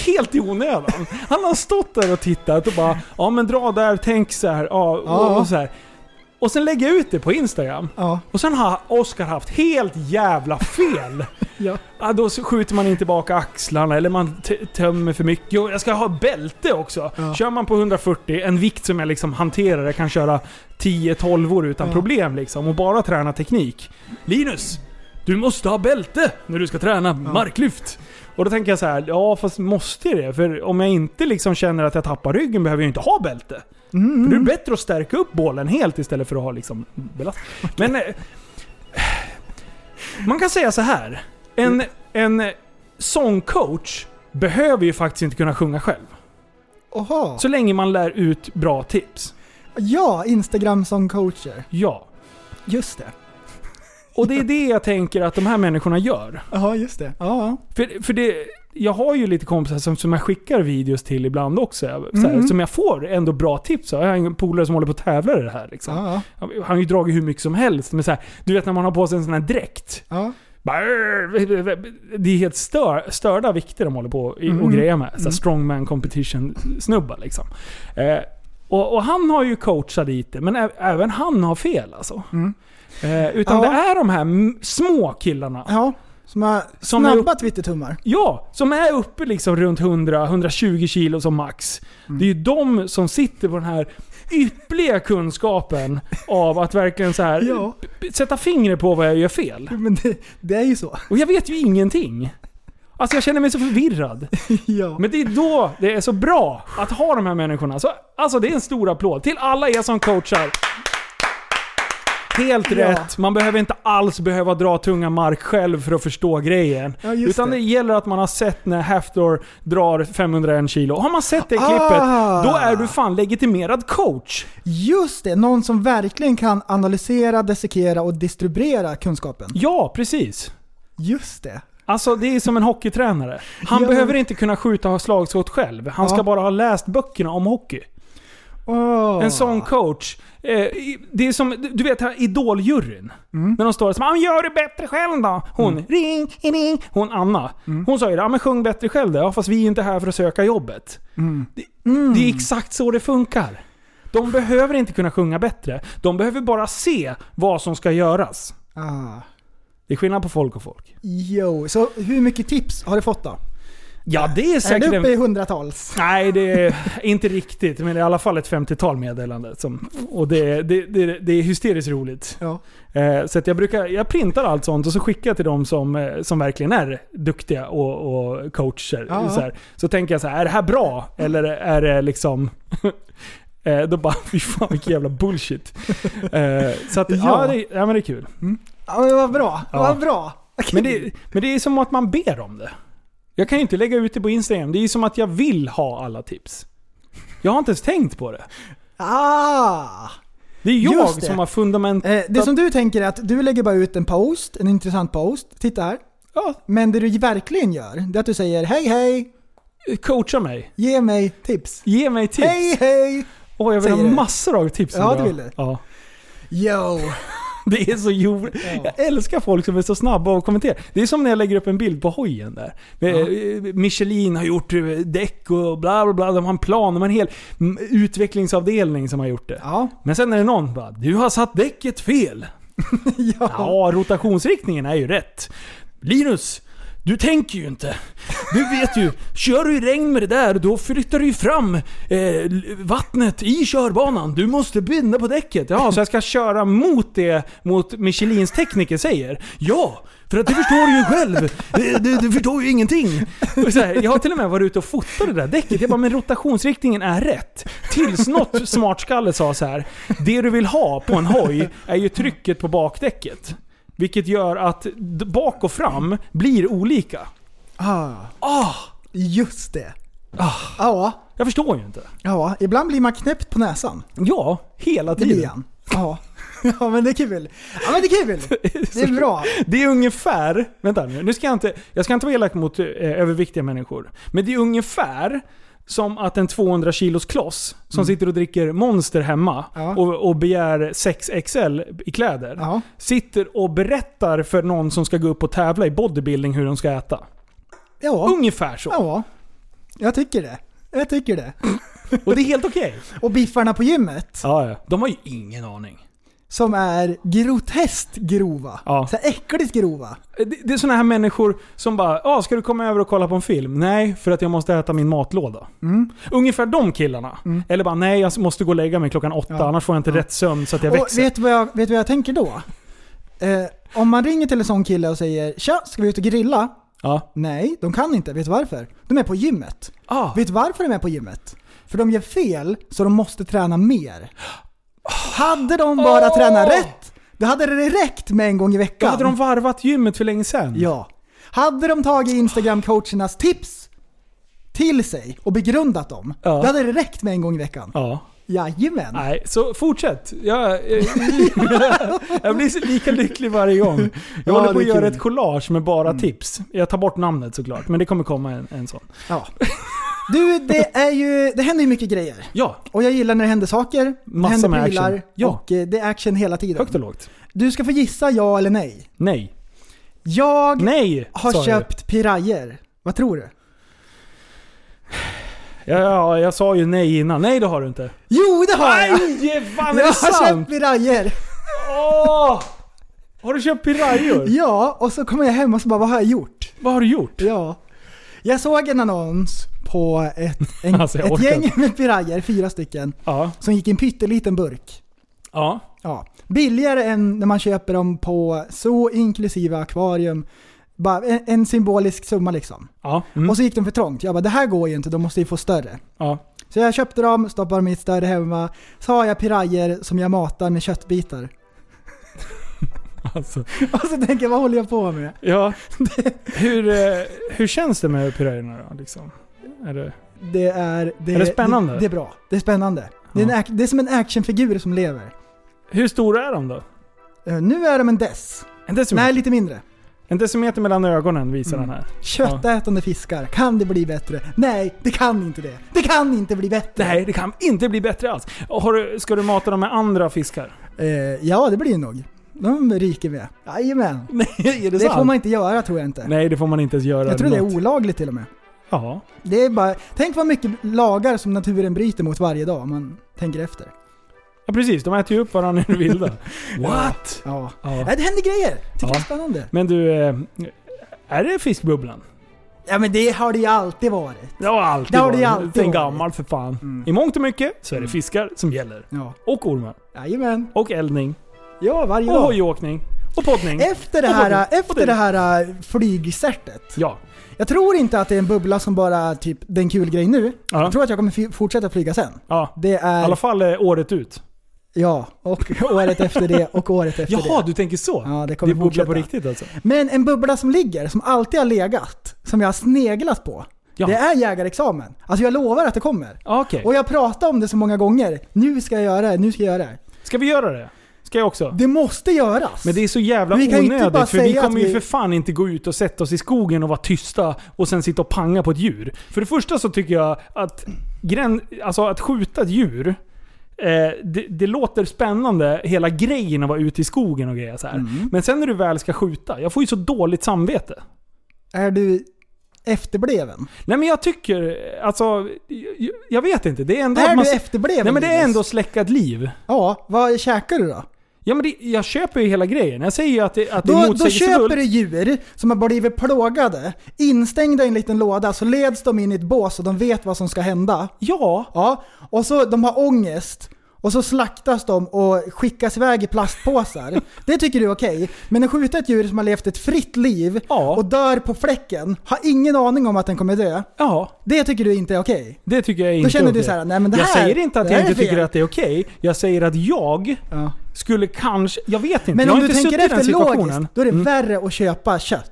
D: Helt i onödan. Han har stått där och tittat och bara ja men dra där, tänk så här, ja, och,
F: Ja.
D: och så här. Och sen lägger jag ut det på Instagram. Och sen har Oscar haft helt jävla fel.
F: Ja.
D: Ja, då skjuter man in tillbaka axlarna eller man t- tömmer för mycket. Jo, jag ska ha bälte också. Kör man på 140, en vikt som jag liksom hanterar, jag kan köra 10-12 år utan
F: Ja.
D: problem liksom och bara träna teknik. Linus! Du måste ha bälte när du ska träna marklyft. Och då tänker jag så här, ja fast måste jag det? För om jag inte liksom känner att jag tappar ryggen behöver jag ju inte ha bälte.
F: Mm.
D: För det är bättre att stärka upp bålen helt istället för att ha liksom belastning. Men... eh, Man kan säga så här. En, en sångcoach behöver ju faktiskt inte kunna sjunga själv.
F: Oha.
D: Så länge man lär ut bra tips.
F: Ja, Instagram som coacher.
D: Ja.
F: Just det.
D: Och det är det jag tänker att de här människorna gör.
F: Ja, just det. Ja.
D: För, för det, jag har ju lite kompisar som, som jag skickar videos till ibland också. Så här,
F: Mm.
D: Som jag får ändå bra tips av. Jag har en polare som håller på att tävla i det här. Liksom. Han han har ju dragit hur mycket som helst. Men så här, du vet när man har på sig en sån här dräkt. Bara, Det är helt stör, störda vikter de håller på och,
F: Mm.
D: och grejer med. Så här,
F: Mm.
D: strongman competition snubbar liksom. Eh, och, och han har ju coachat dit det, men ä- även han har fel alltså. Eh, utan
F: Mm. Ja.
D: det är de här m- små killarna.
F: Ja, som är
D: Som är
F: snabba twittertummar.
D: Ja, som är uppe liksom runt 100-120 kilo som max.
F: Mm.
D: Det är ju de som sitter på den här ypperliga kunskapen av att verkligen så här
F: Ja.
D: p- p- sätta fingret på vad jag gör fel.
F: Men det, det är ju så.
D: Och jag vet ju ingenting. Alltså jag känner mig så förvirrad.
F: Ja.
D: Men det är då det är så bra att ha de här människorna. Så, alltså det är en stor applåd till alla er som coachar. Helt
F: Ja.
D: rätt. Man behöver inte alls behöva dra tunga mark själv för att förstå grejen.
F: Ja, just
D: Utan det.
F: det.
D: gäller att man har sett när Haftor drar 501 kilo. Har man sett det
F: Ah.
D: klippet, då är du fan legitimerad coach.
F: Just det, någon som verkligen kan analysera, dissekera och distribuera kunskapen.
D: Ja, precis.
F: Just det.
D: Alltså det är som en hockeytränare. Han
F: Ja.
D: behöver inte kunna skjuta och ha slagskott själv. Han ska
F: Ja.
D: bara ha läst böckerna om hockey.
F: Åh.
D: En sån coach. Eh, i- det är som, du vet här idoljuryn. När de står och säger "Men gör det bättre själv då. Hon, ring, ring. Hon Anna. Hon sa ju det, "Ja, men sjung bättre själv då. Ja, fast vi är inte här för att söka jobbet. Det, mm. det är exakt så det funkar. De behöver inte kunna sjunga bättre. De behöver bara se vad som ska göras.
F: Ah.
D: Det är skillnad på folk och folk.
F: Jo, så hur mycket tips har du fått då?
D: Ja, det är
F: Är
D: säkert
F: du uppe
D: en-
F: i hundratals?
D: Nej, det är inte riktigt. Men det är i alla fall ett 50-tal meddelanden. Som, och det, är- det, det, det är hysteriskt roligt.
F: Ja.
D: Eh, så att jag, brukar, jag printar allt sånt och så skickar jag till de som, eh, som verkligen är duktiga och, och coacher.
F: Ja, ja.
D: Så, här. så tänker jag så här, är det här bra? Eller är det liksom... Eh, Då bara, fy fan vilken jävla bullshit. Eh, Så att, ja.
F: Ja.
D: det, ja, men det är kul.
F: Ja, men vad bra.
D: Ja.
F: Vad bra.
D: Men det, men det är som att man ber om det. Jag kan ju inte lägga ut det på Instagram. Det är ju som att jag vill ha alla tips. Jag har inte ens tänkt på det.
F: Ah!
D: Det är jag
F: Just det.
D: som har fundament...
F: Eh, Det som du tänker är att du lägger bara ut en post, en intressant post. Titta här.
D: Ja.
F: Men det du verkligen gör, det är att du säger hej hej,
D: Coacha mig.
F: ge mig tips.
D: Ge mig tips.
F: Hej hej!
D: Åh, jag vill
F: Säger
D: ha
F: du.
D: massor av tips.
F: Ja,
D: nu
F: det
D: då.
F: vill du.
D: Ja.
F: Yo!
D: Det är så jord... Jag älskar folk som är så snabba att kommentera. Det är som när jag lägger upp en bild på hojen där. Eh, Michelin har gjort eh, däck och bla bla bla. De har en plan, de har en hel mm, utvecklingsavdelning som har gjort det.
F: Ja.
D: Men sen är det någon bara “Du har satt däcket fel”. ja. rotationsriktningen är ju rätt. Linus, du tänker ju inte. Du vet ju, kör du i regn med det där, då flyttar du ju fram eh, l- vattnet i körbanan. Du måste binda på däcket. Ja, så jag ska köra mot det mot Michelins tekniker säger? Ja, för att det förstår du ju själv. Eh, Du, du förstår ju ingenting. Och så här, jag har till och med varit ute och fotat det där däcket. Jag bara, men rotationsriktningen är rätt. Tills något smartskalle sa så här. Det du vill ha på en hoj är ju trycket på bakdäcket. Vilket gör att d- bak och fram blir olika.
F: Ah.
D: Ah,
F: Just det.
D: Ah.
F: Ja.
D: Jag förstår ju inte.
F: Ja, ibland blir man knäppt på näsan.
D: Ja, hela
F: Det blir
D: tiden.
F: han. Ja. ja men det är kul. Ja men det är kul. Det är bra.
D: Det är ungefär, vänta nu, nu ska jag inte, jag ska inte vara elak mot eh, överviktiga människor. Men det är ungefär som att en 200 kilos kloss som
F: Mm.
D: sitter och dricker Monster hemma
F: Ja.
D: och, och begär 6XL i kläder. Sitter och berättar för någon som ska gå upp och tävla i bodybuilding hur de ska äta.
F: Ja.
D: Ungefär så.
F: Ja. Jag tycker det. Jag tycker det.
D: Och det är helt okej.
F: Och biffarna på gymmet.
D: Ja, ja. De har ju ingen aning.
F: Som är groteskt grova.
D: Ja.
F: Så här äckligt grova.
D: Eh, Det, det är sådana här människor som bara ah, “Ska du komma över och kolla på en film?” “Nej, för att jag måste äta min matlåda”.
F: Mm.
D: Ungefär de killarna. Eller bara “Nej, jag måste gå och lägga mig klockan åtta,
F: Ja.
D: annars får jag inte rätt sömn så att jag
F: Och
D: växer”.
F: vet du vad jag, vet du vad jag tänker då? Eh, om man ringer till en sån kille och säger “Tja, ska vi ut och grilla?”
D: Ja.
F: Nej, de kan inte. Vet du varför? De är på gymmet. Ah, Vet du varför de är på gymmet? För de gör fel, så de måste träna mer. Hade de bara
D: Åh!
F: tränat rätt, då hade det räckt med en gång i veckan.
D: Då hade de varvat gymmet för länge sedan.
F: Ja. Hade de tagit Instagram-coachernas tips till sig och begrundat dem,
D: Ja. Ah.
F: då hade det räckt med en gång i veckan.
D: Ja.
F: Jajamän.
D: Nej, så fortsätt. Jag, eh, jag blir så lika lycklig varje gång. Jag
F: Ja,
D: håller på
F: det
D: att
F: är
D: göra
F: kul. Mm.
D: ett collage med bara tips. Jag tar bort namnet såklart, men det kommer komma en, en sån.
F: Ja. Du, det, är ju, det händer ju mycket grejer.
D: Ja.
F: Och jag gillar när det händer saker.
D: Massa
F: det händer
D: med
F: prylar,
D: action. Ja.
F: Och eh, det är action hela tiden.
D: Högt och lågt.
F: Du ska få gissa ja eller nej.
D: Nej.
F: Jag
D: Nej, sa
F: har
D: jag.
F: köpt pirajer. Vad tror du?
D: Ja, ja, jag sa ju nej innan. Nej, det har du inte. Ah,
F: Jo, det har jag!
D: Nej, fan är
F: jag
D: det
F: har
D: sant?
F: köpt pirajer.
D: Åh! Har du köpt pirayor?
F: ja, och så kommer jag hem och så bara, vad har jag gjort?
D: Vad har du gjort?
F: Ja. Jag såg en annons på ett, en,
D: Alltså, jag
F: ett
D: orkar
F: gäng
D: inte.
F: med pirajer, fyra stycken,
D: Ja.
F: som gick i en pytteliten burk.
D: Ja.
F: Ja. Billigare än när man köper dem på så inklusive akvarium. Bara en, en symbolisk summa liksom.
D: Ja. mm,
F: Och så gick de för trångt. Jag bara, det här går ju inte, de måste ju få större.
D: Ja.
F: Så jag köpte dem, stoppade dem i ett större hemma. Så har jag pirajer som jag matar med köttbitar.
D: Alltså.
F: Och så tänker jag, vad håller jag på med?
D: Ja. hur, eh, hur känns det med pirayorna då? Liksom? Är det...
F: Det är, det,
D: Är det spännande?
F: Det, det är bra. Det är spännande. Det, är en, ac- det är som en actionfigur som lever.
D: Hur stora är de då?
F: Eh, nu är de en dess.
D: En decimeter?
F: Nej, Mm. lite mindre.
D: En decimeter mellan ögonen visar den här.
F: Köttätande fiskar. Kan det bli bättre? Nej, det kan inte det. Det kan inte bli bättre.
D: Nej, det kan inte bli bättre alls. Och Har du, ska du mata dem med andra fiskar?
F: Eh, ja, det blir det nog. De ryker med. Jajamän.
D: Nej, är
F: Det får man inte göra tror jag inte.
D: Nej, det får man inte ens göra.
F: Jag tror det
D: något.
F: är olagligt till och med.
D: Ja.
F: Det är bara, tänk vad mycket lagar som naturen bryter mot varje dag om man tänker efter.
D: ja, precis. De äter ju upp varandra i det vilda. What?
F: Ja.
D: Ja.
F: Nej, det händer grejer! Tycker
D: Ja.
F: det är spännande.
D: Men du, eh, är det fiskbubblan?
F: Ja men det har det ju alltid varit.
D: Det har alltid
F: Det har det
D: varit.
F: alltid
D: Sen
F: varit.
D: gammal för fan. I mångt och mycket så är det fiskar som gäller.
F: Ja.
D: Och ormar.
F: Jajamän.
D: Och eldning.
F: Ja, varje
D: Och
F: dag.
D: hojåkning. Och poddning.
F: Efter det
D: Och
F: här,
D: poddning.
F: efter det här äh, flygcertet.
D: Ja.
F: Jag tror inte att det är en bubbla som bara typ, det är en kul grej nu. Jag tror att jag kommer fi- fortsätta flyga sen.
D: Ja.
F: Det är...
D: I alla fall eh, året ut.
F: Ja, och året efter det och året efter det.
D: Jaha, du tänker så?
F: Ja, det
D: det
F: kommer
D: är bubbla
F: fortsätta.
D: på riktigt alltså?
F: Men en bubbla som ligger, som alltid har legat, som jag har sneglat på.
D: Ja.
F: Det är jägarexamen. Alltså jag lovar att det kommer.
D: Okej.
F: Och jag pratar om det så många gånger. Nu ska jag göra det, nu ska jag göra det.
D: Ska vi göra det? Ska jag också?
F: Det måste göras.
D: Men det är så jävla
F: Vi kan ju inte
D: onödigt
F: bara
D: för vi
F: säga att
D: kommer ju
F: vi-
D: för fan inte gå ut och sätta oss i skogen och vara tysta och sen sitta och panga på ett djur. För det första så tycker jag att, grän, alltså att skjuta ett djur, eh, det, det låter spännande hela grejen att vara ute i skogen och grejer så här.
F: Mm.
D: Men sen när du väl ska skjuta, jag får ju så dåligt samvete.
F: Är du efterbleven?
D: Nej men jag tycker, alltså, jag, jag vet inte. Det är ändå
F: Är
D: att
F: du efterbleven,
D: Nej men det är
F: Linus?
D: ändå att släcka ett liv.
F: Ja, vad käkar du då?
D: Ja men det, jag köper ju hela grejen. Jag säger ju att det, att det är
F: Då, då
D: motsägelsefullt.
F: köper du djur som har blivit plågade, instängda i en liten låda, så leds de in i ett bås och de vet vad som ska hända.
D: Ja.
F: ja och så de har ångest. Och så slaktas de och skickas iväg i plastpåsar. Det tycker du är okej. Men att skjuta ett djur som har levt ett fritt liv och dör på fläcken, har ingen aning om att den kommer dö.
D: Ja.
F: Det tycker du inte är okej.
D: Det tycker jag är
F: Då
D: inte
F: känner du
D: okej.
F: så här, nej, men det
D: Jag
F: här-
D: säger inte att
F: det
D: jag
F: här
D: inte
F: är
D: tycker
F: fel.
D: att det är okej. Jag säger att jag skulle kanske... Jag vet inte.
F: Men
D: jag
F: om
D: har
F: du
D: inte
F: tänker
D: suttit i den
F: efter
D: situationen. Mm.
F: logiskt, då är det värre att köpa kött.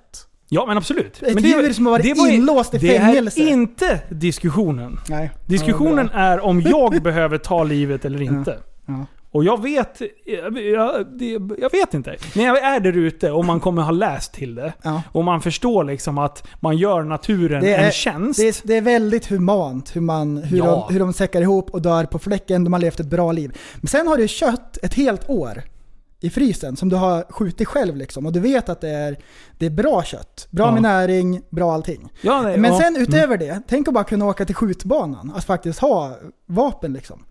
D: Ja men absolut.
F: Ett
D: men
F: djur som har varit
D: det var ju-
F: inlåst i fängelse.
D: Det är inte diskussionen.
F: Nej.
D: Diskussionen är om jag behöver ta livet eller inte.
F: Ja.
D: Och jag vet, jag, jag, det- jag vet inte. När jag är där ute och man kommer ha läst till det och man förstår liksom att man gör naturen
F: Det är,
D: en tjänst.
F: Det, är, det är väldigt humant hur, man, hur,
D: Ja.
F: de, hur de säckar ihop och dör på fläcken. De har levt ett bra liv. Men sen har du kött ett helt år i frysen som du har skjutit själv liksom. Och du vet att det är, det är bra kött. Bra
D: Ja.
F: med näring, bra allting.
D: Ja, Mm. nej,
F: Men
D: ja.
F: sen utöver det, tänk att bara kunna åka till skjutbanan. Att faktiskt ha vapen liksom.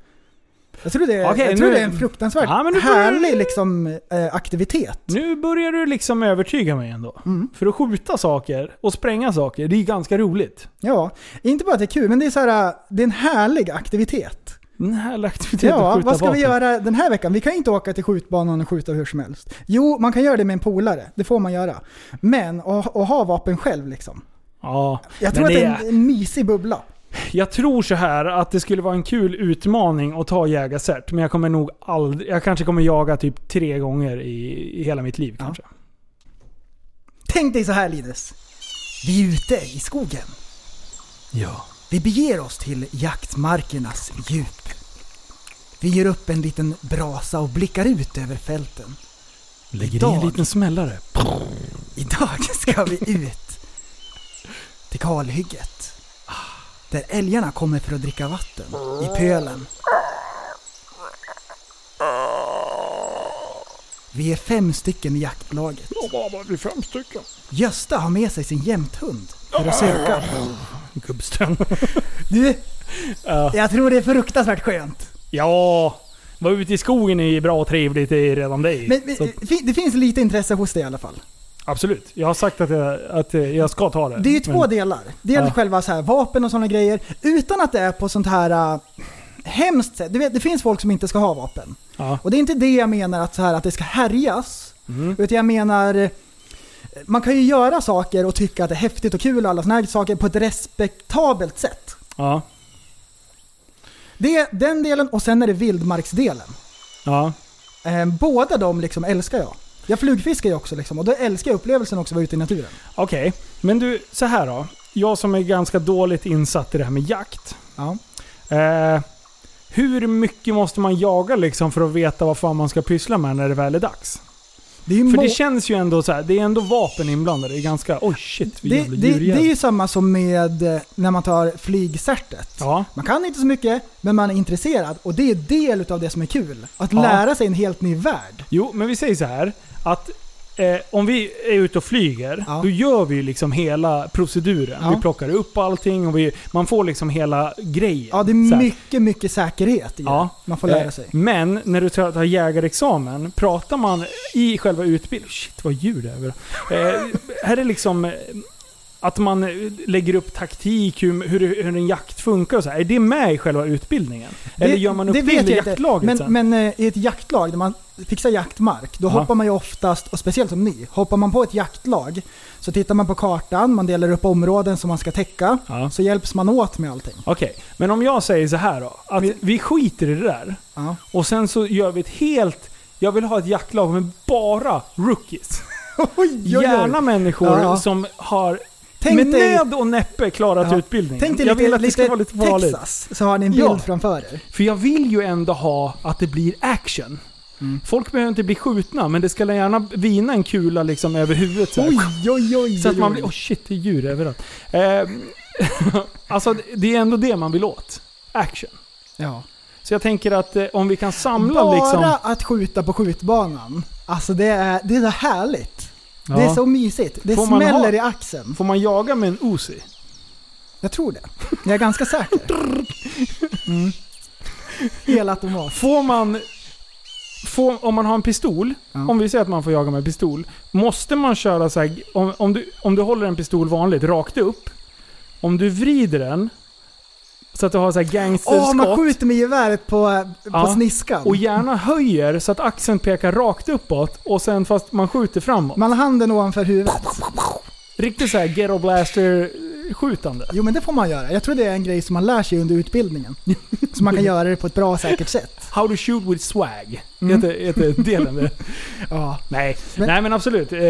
F: Jag tror det är,
D: Okej,
F: jag tror
D: nu-
F: det är en fruktansvärt
D: Ja, men nu börjar-
F: härlig liksom, eh, aktivitet.
D: Nu börjar du liksom övertyga mig ändå.
F: Mm.
D: För att skjuta saker och spränga saker, det är ganska roligt.
F: Ja, inte bara att det är kul, men det är, så här, eh, det är en härlig aktivitet.
D: En härlig aktivitet att
F: Ja,
D: skjuta
F: vad ska vi
D: vapen.
F: göra den här veckan? Vi kan ju inte åka till skjutbanan och skjuta hur som helst. Jo, man kan göra det med en polare. Det får man göra. Men att att ha vapen själv liksom.
D: Ja,
F: Jag tror
D: men
F: att det är en, en mysig bubbla.
D: Jag tror så här att det skulle vara en kul utmaning att ta jägarcert, men jag kommer nog aldrig... Jag kanske kommer jaga typ tre gånger i, i hela mitt liv kanske.
F: Tänk dig så här Linus. Vi är ute i skogen.
D: Ja.
F: Vi beger oss till jaktmarkernas djup. Vi ger upp en liten brasa och blickar ut över fälten.
D: Lägger i
F: Idag-
D: en liten smällare.
F: Idag ska vi ut till kalhygget. Där älgarna kommer för att dricka vatten i pölen. Vi är fem stycken i jaktlaget.
D: Vi är fem stycken.
F: Gösta har med sig sin jämthund för att söka.
D: Gubbstön.
F: Du, jag tror det är fruktansvärt skönt.
D: Ja, vara ute i skogen är ju bra och trevligt, det är redan det.
F: Men, men
D: Så,
F: fi- det finns lite intresse hos dig i alla fall.
D: absolut. Jag har sagt att jag, att eh, jag ska ta det.
F: Det är ju två
D: men-
F: delar. Dels
D: Ja.
F: själva så här vapen och sådana grejer, utan att det är på sånt här äh, hemskt sätt. Du vet, det finns folk som inte ska ha vapen.
D: Ja.
F: Och det är inte det jag menar att, så här, att det ska härjas.
D: Mhm.
F: Utan jag menar, eh, man kan ju göra saker och tycka att det är häftigt och kul och alla såna här saker på ett respektabelt sätt.
D: Ja.
F: Det är den delen och sen är det vildmarksdelen.
D: Ja.
F: Eh, Båda de liksom älskar jag. Jag flugfiskar ju också liksom och då älskar jag upplevelsen också att vara ute i naturen.
D: Okej, men du, så här då. Jag som är ganska dåligt insatt i det här med jakt. Eh, hur mycket måste man jaga liksom för att veta vad fan man ska pyssla med när det väl är dags?
F: ju
D: för
F: må-
D: det känns ju ändå så här, det är ändå vapen inblandade. Det är ganska... Oj shit, vi
F: Det,
D: jävla
F: det, det är
D: djurjävlar.
F: ju samma som med eh, när man tar flygcertet.
D: Ja.
F: Man kan inte så mycket, men man är intresserad och det är del utav det som är kul. Att
D: Ja.
F: lära sig en helt ny värld.
D: Jo, men vi säger så här att eh, om vi är ute och flyger, då gör vi ju liksom hela proceduren.
F: Ja.
D: Vi plockar upp allting och vi, man får liksom hela grejen.
F: Ja, det
D: Så
F: är
D: här.
F: mycket, mycket säkerhet i det.
D: Ja.
F: Man får lära
D: Eh,
F: sig.
D: Men när du ska ta jägarexamen, pratar man i själva utbildningen... Shit vad ljud det är. Eh, här är liksom eh, att man eh, lägger upp taktik, hur, hur, hur en jakt funkar och så här. Är det med i själva utbildningen? Eller gör man upp det,
F: vet
D: i
F: jag inte.
D: jaktlaget
F: men,
D: sen?
F: Men eh, i ett jaktlag, där man fixar jaktmark, då
D: Ja.
F: hoppar man ju oftast, och speciellt som ny, hoppar man på ett jaktlag så tittar man på kartan, man delar upp områden som man ska täcka, så hjälps man åt med allting.
D: Okej, men om jag säger så här då. Att vi skiter i det där. Och sen så gör vi ett helt... Jag vill ha ett jaktlag med bara rookies.
F: oj, oj.
D: Gärna människor
F: Ja.
D: som har
F: Tänk
D: med
F: dig-
D: nöd och näppe klarat
F: Ja.
D: utbildningen.
F: Tänk dig
D: jag
F: lite,
D: vill att det
F: lite
D: ska vara lite farligt.
F: Texas, så har ni en bild
D: Ja.
F: framför er.
D: För jag vill ju ändå ha att det blir action.
F: Mm.
D: Folk behöver inte bli skjutna, men det ska gärna vina en kula liksom över huvudet. Så, här.
F: Oj, oj, oj,
D: så att man
F: oj.
D: blir... Oh shit, det är djur överallt. Eh, alltså, det är ändå det man vill åt. Action.
F: Ja.
D: Så jag tänker att eh, om vi kan samla
F: Bara
D: liksom...
F: att skjuta på skjutbanan, alltså det är, det är så härligt.
D: Ja.
F: Det är så mysigt. Det
D: Får man
F: smäller
D: ha-
F: i axeln.
D: Får man jaga med en Uzi?
F: Jag tror det. Jag är ganska säker. Mm. Helautomat.
D: Får man... Får, om man har en pistol, om vi säger att man får jaga med pistol, måste man köra så här, om, om, du, om du håller en pistol vanligt, rakt upp, om du vrider den så att du har så här gangsterskott.
F: Åh, man skjuter med geväret på, på
D: Ja.
F: sniskan.
D: Och gärna höjer så att axeln pekar rakt uppåt och sen fast man skjuter framåt.
F: Man har handen ovanför huvudet.
D: Riktigt så här ghetto blaster-skjutande.
F: Jo men det får man göra. Jag tror det är en grej som man lär sig under utbildningen. så man kan göra det på ett bra och säkert sätt.
D: How to shoot with swag. Heter, heter delen det.
F: ja.
D: Nej.
F: Mm. Men-
D: Nej men absolut. Eh,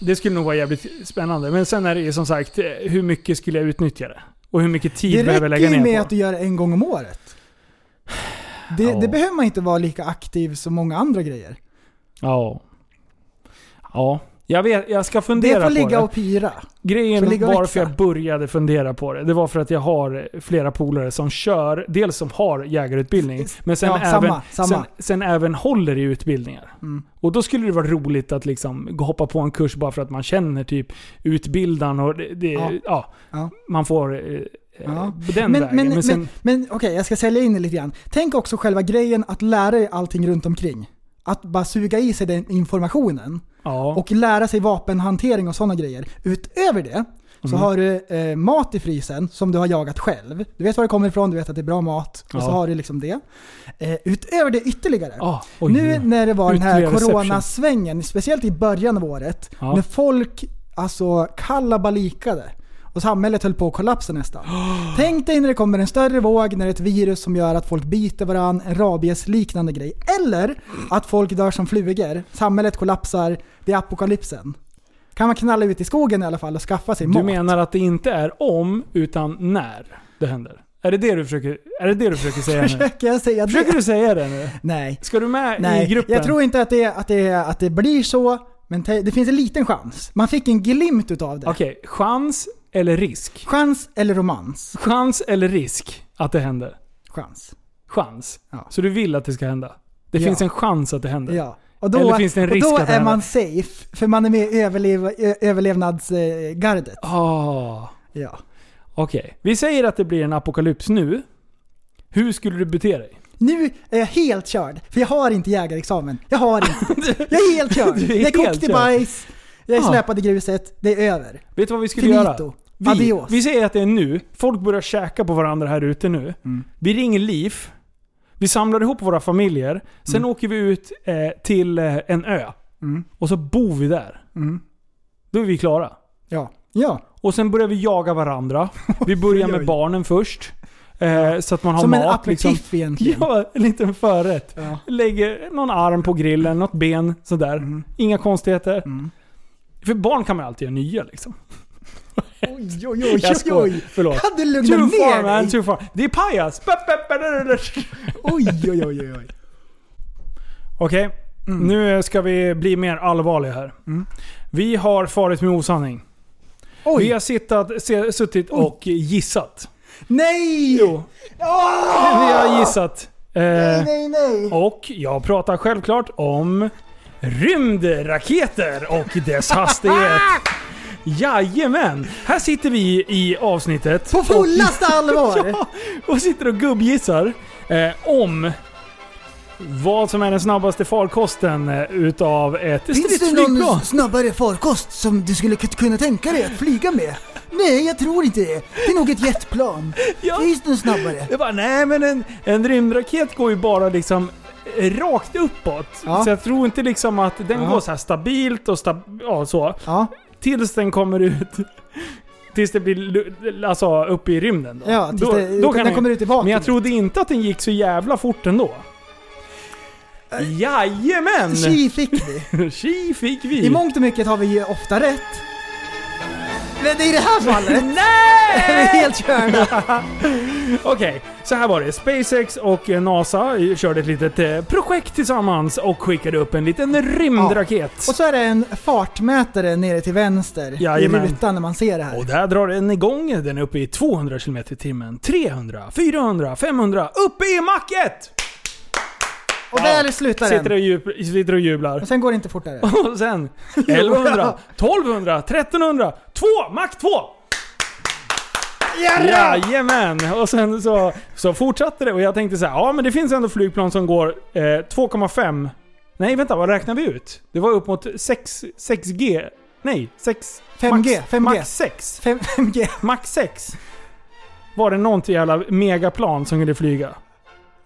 D: Det skulle nog vara jävligt spännande. Men sen är det ju som sagt, eh, hur mycket skulle jag utnyttja det? Och hur mycket tid
F: Det
D: behöver jag lägga
F: räcker ju
D: ner
F: med
D: på
F: att du gör det en gång om året. Det,
D: Ja.
F: det behöver man inte vara lika aktiv som många andra grejer.
D: Ja. Ja. Jag, vet, jag ska fundera
F: det får
D: på
F: ligga
D: det.
F: och pyra. Får
D: Grejen
F: ligga och
D: varför jag började fundera på det, det var för att jag har flera polare som kör, dels som har jägarutbildning, men sen,
F: Ja,
D: även,
F: samma, samma.
D: Sen, sen även håller i utbildningar.
F: Mm.
D: Och då skulle det vara roligt att liksom gå- hoppa på en kurs bara för att man känner typ utbildaren och det, det, ja.
F: Ja.
D: man får eh,
F: Ja.
D: den
F: men,
D: vägen.
F: Men, men,
D: sen,
F: men, okej, jag ska sälja in det lite grann. Tänk också själva grejen att lära dig allting runt omkring. Att bara suga i sig den informationen. Och lära sig vapenhantering och sådana grejer. Utöver det så
D: Mm.
F: har du eh, mat i frysen som du har jagat själv. Du vet var det kommer ifrån, du vet att det är bra mat. Och så
D: Ja. Ah,
F: har du liksom det. Eh, utöver det ytterligare.
D: oj.
F: nu när det var den här
D: Ytterligare reception.
F: coronasvängen, speciellt i början av året.
D: Ja.
F: När folk alltså kallabalikade. Och samhället höll på att kollapsa nästan. Tänk dig när det kommer en större våg, när det är ett virus som gör att folk biter varandra, en rabiesliknande grej. Eller att folk dör som flugor. Samhället kollapsar, det är apokalypsen. Kan man knalla ut i skogen i alla fall och skaffa sig
D: du
F: mat?
D: menar att det inte är om, utan när det händer? Är det det du försöker, är det det du försöker säga nu?
F: Försöker jag säga
D: Försöker
F: det?
D: du säga det nu?
F: Nej.
D: Ska du med i
F: Nej,
D: gruppen?
F: jag tror inte att det, att det, att det blir så. Men te- det finns en liten chans. Man fick en glimt utav det.
D: Okej, chans eller risk?
F: Chans eller romans?
D: Chans eller risk att det händer?
F: Chans.
D: Chans? Så du vill att det ska hända? Det
F: Ja.
D: finns en chans att det händer?
F: Ja. Och då,
D: eller finns det en risk
F: och då
D: att det
F: är
D: händer?
F: man safe, för man är med i överlev, ö- överlevnadsgardet.
D: Ah.
F: Ja.
D: Okej, vi säger att det blir en apokalyps nu. Hur skulle du bete dig?
F: Nu är jag helt körd, för jag har inte jägarexamen. Jag har inte det. Jag är helt körd.
D: Du är
F: jag är
D: helt
F: kokt i
D: körd.
F: bajs, jag är
D: Ja.
F: släpad i gruset, det är över.
D: Vet du vad vi skulle
F: Finito.
D: göra? Vi,
F: Adios.
D: vi säger att det är nu. Folk börjar käka på varandra här ute nu.
F: Mm.
D: Vi ringer Liv. Vi samlar ihop våra familjer. Sen
F: Mm.
D: åker vi ut eh, till eh, en ö. Och så bor vi där.
F: Mm.
D: Då är vi klara.
F: Ja. ja.
D: Och sen börjar vi jaga varandra. Vi börjar med barnen först. Eh, så att man har
F: Som
D: mat.
F: en aperitif
D: liksom.
F: egentligen.
D: Ja, en liten förrätt.
F: Ja.
D: Lägger någon arm på grillen, något ben, sådär.
F: Mm.
D: Inga konstigheter. För barn kan man alltid göra nya liksom.
F: Oj, oj, oj,
D: Jag
F: oj,
D: skojar.
F: oj.
D: Förlåt.
F: Kan du lugna
D: Too
F: ner
D: far, man,
F: dig?
D: too far. Det är pajas! Bap, bap, bap, bap, bap.
F: Oj, oj, oj, oj. oj.
D: Okej,
F: Mm.
D: nu ska vi bli mer allvarliga här. Vi har farit med osanning.
F: Oj.
D: Vi har sittat, se- suttit och gissat.
F: Nej! Ah!
D: Jo. Vi har gissat. Eh,
F: Nej, nej.
D: Och jag pratar självklart om rymdraketer och dess hastighet. Jajamän! Här sitter vi i avsnittet. På
F: fullaste allvar.
D: ja, och sitter och gubbgissar eh, om vad som är den snabbaste farkosten eh, utav ett
M: Finns det någon
D: stridsflygplan.
M: snabbare farkost som du skulle k- kunna tänka dig att flyga med? Nej, jag tror inte det. Det är nog ett jetplan. Finns det en snabbare?
D: Jag bara, nej men en, en rymdraket går ju bara liksom eh, rakt uppåt. Så jag tror inte liksom att den
F: Ja.
D: går så här stabilt och stab ja, så. Tills den kommer ut. Tills det blir lu- alltså, uppe i rymden då.
F: Ja, tills
D: då,
F: det- den kommer ut i
D: Men jag trodde inte att den gick så jävla fort ändå. Jajamän!
F: Tji fick vi.
D: Tji fick vi.
F: I mångt och mycket har vi ju ofta rätt. Men det är i det här fallet.
D: Nej!
F: Vi är helt körda.
D: Okej, så här var det. SpaceX och eh, NASA körde ett litet eh, projekt tillsammans och skickade upp en liten rymdraket.
F: Och så är det en fartmätare nere till vänster
D: Jajamän.
F: i rutan när man ser det här.
D: Och där drar den igång. Den är uppe i 200 km i timmen. 300, 400, 500. Uppe i mack 1!
F: Och där slutar den.
D: Sitter och, jub- sitter och jublar.
F: Och sen går det inte fortare.
D: Och sen 1100, 1200, 1300, 2, mack 2! Jajamän! Och sen så, så fortsatte det och jag tänkte så här, ja men det finns ändå flygplan som går eh, 2,5... Nej vänta, vad räknar vi ut? Det var upp mot 6, 6G... Nej, 6...
F: 5G,
D: max,
F: 5G.
D: Max 6.
F: 5, g
D: Max 6. Var det något jävla megaplan som kunde flyga?